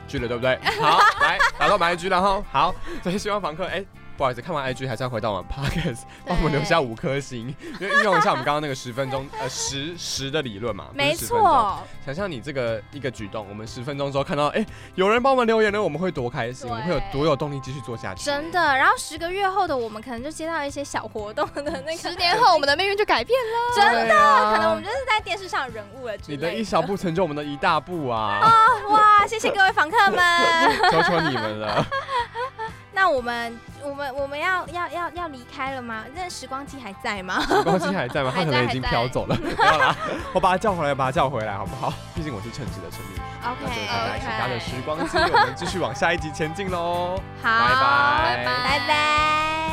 [SPEAKER 3] 去了，对 不对？好，来打到我们 IG，然后好，所以希望房客，哎、不好意思，看完 IG 还是要回到我们 Podcast，帮我们留下五颗星，因为运用一下我们刚刚那个十分钟，呃，十十的理论嘛，不是
[SPEAKER 2] 没
[SPEAKER 3] 10分钟。
[SPEAKER 2] 错，
[SPEAKER 3] 想象你这个一个举动，我们十分钟之后看到，哎、有人帮我们留言了，我们会多开心，
[SPEAKER 4] 对
[SPEAKER 3] 我们会有多有动力继续做下去。
[SPEAKER 2] 真的。然后十个月后的我们，可能就接到一些小活动的那个
[SPEAKER 4] 十年后我们的命运就改变了。
[SPEAKER 2] 真
[SPEAKER 3] 对
[SPEAKER 2] 的，
[SPEAKER 3] 啊
[SPEAKER 2] 可能我们就是在电视上的人物了之
[SPEAKER 3] 你
[SPEAKER 2] 类的。
[SPEAKER 3] 的一小步成就我们的一大 步啊！
[SPEAKER 2] 哇，谢谢各位访客 们。
[SPEAKER 3] 求求你们了，
[SPEAKER 2] 那我们我们我们要要要要离开了吗？那时光机还在吗？
[SPEAKER 3] 时光机还在吗？他
[SPEAKER 4] 还
[SPEAKER 3] 可
[SPEAKER 4] 在
[SPEAKER 3] 能已经
[SPEAKER 4] 还在
[SPEAKER 3] 飘 走了，没有啦，我把他叫回来，把他叫回来，好不好？毕竟我是称职的生命。 那就
[SPEAKER 2] OK，
[SPEAKER 3] 是大家一起搭着
[SPEAKER 4] OK
[SPEAKER 3] 时光机，我们继续往下一集前进喽。
[SPEAKER 2] 好，
[SPEAKER 3] 拜
[SPEAKER 4] 拜
[SPEAKER 2] 拜拜。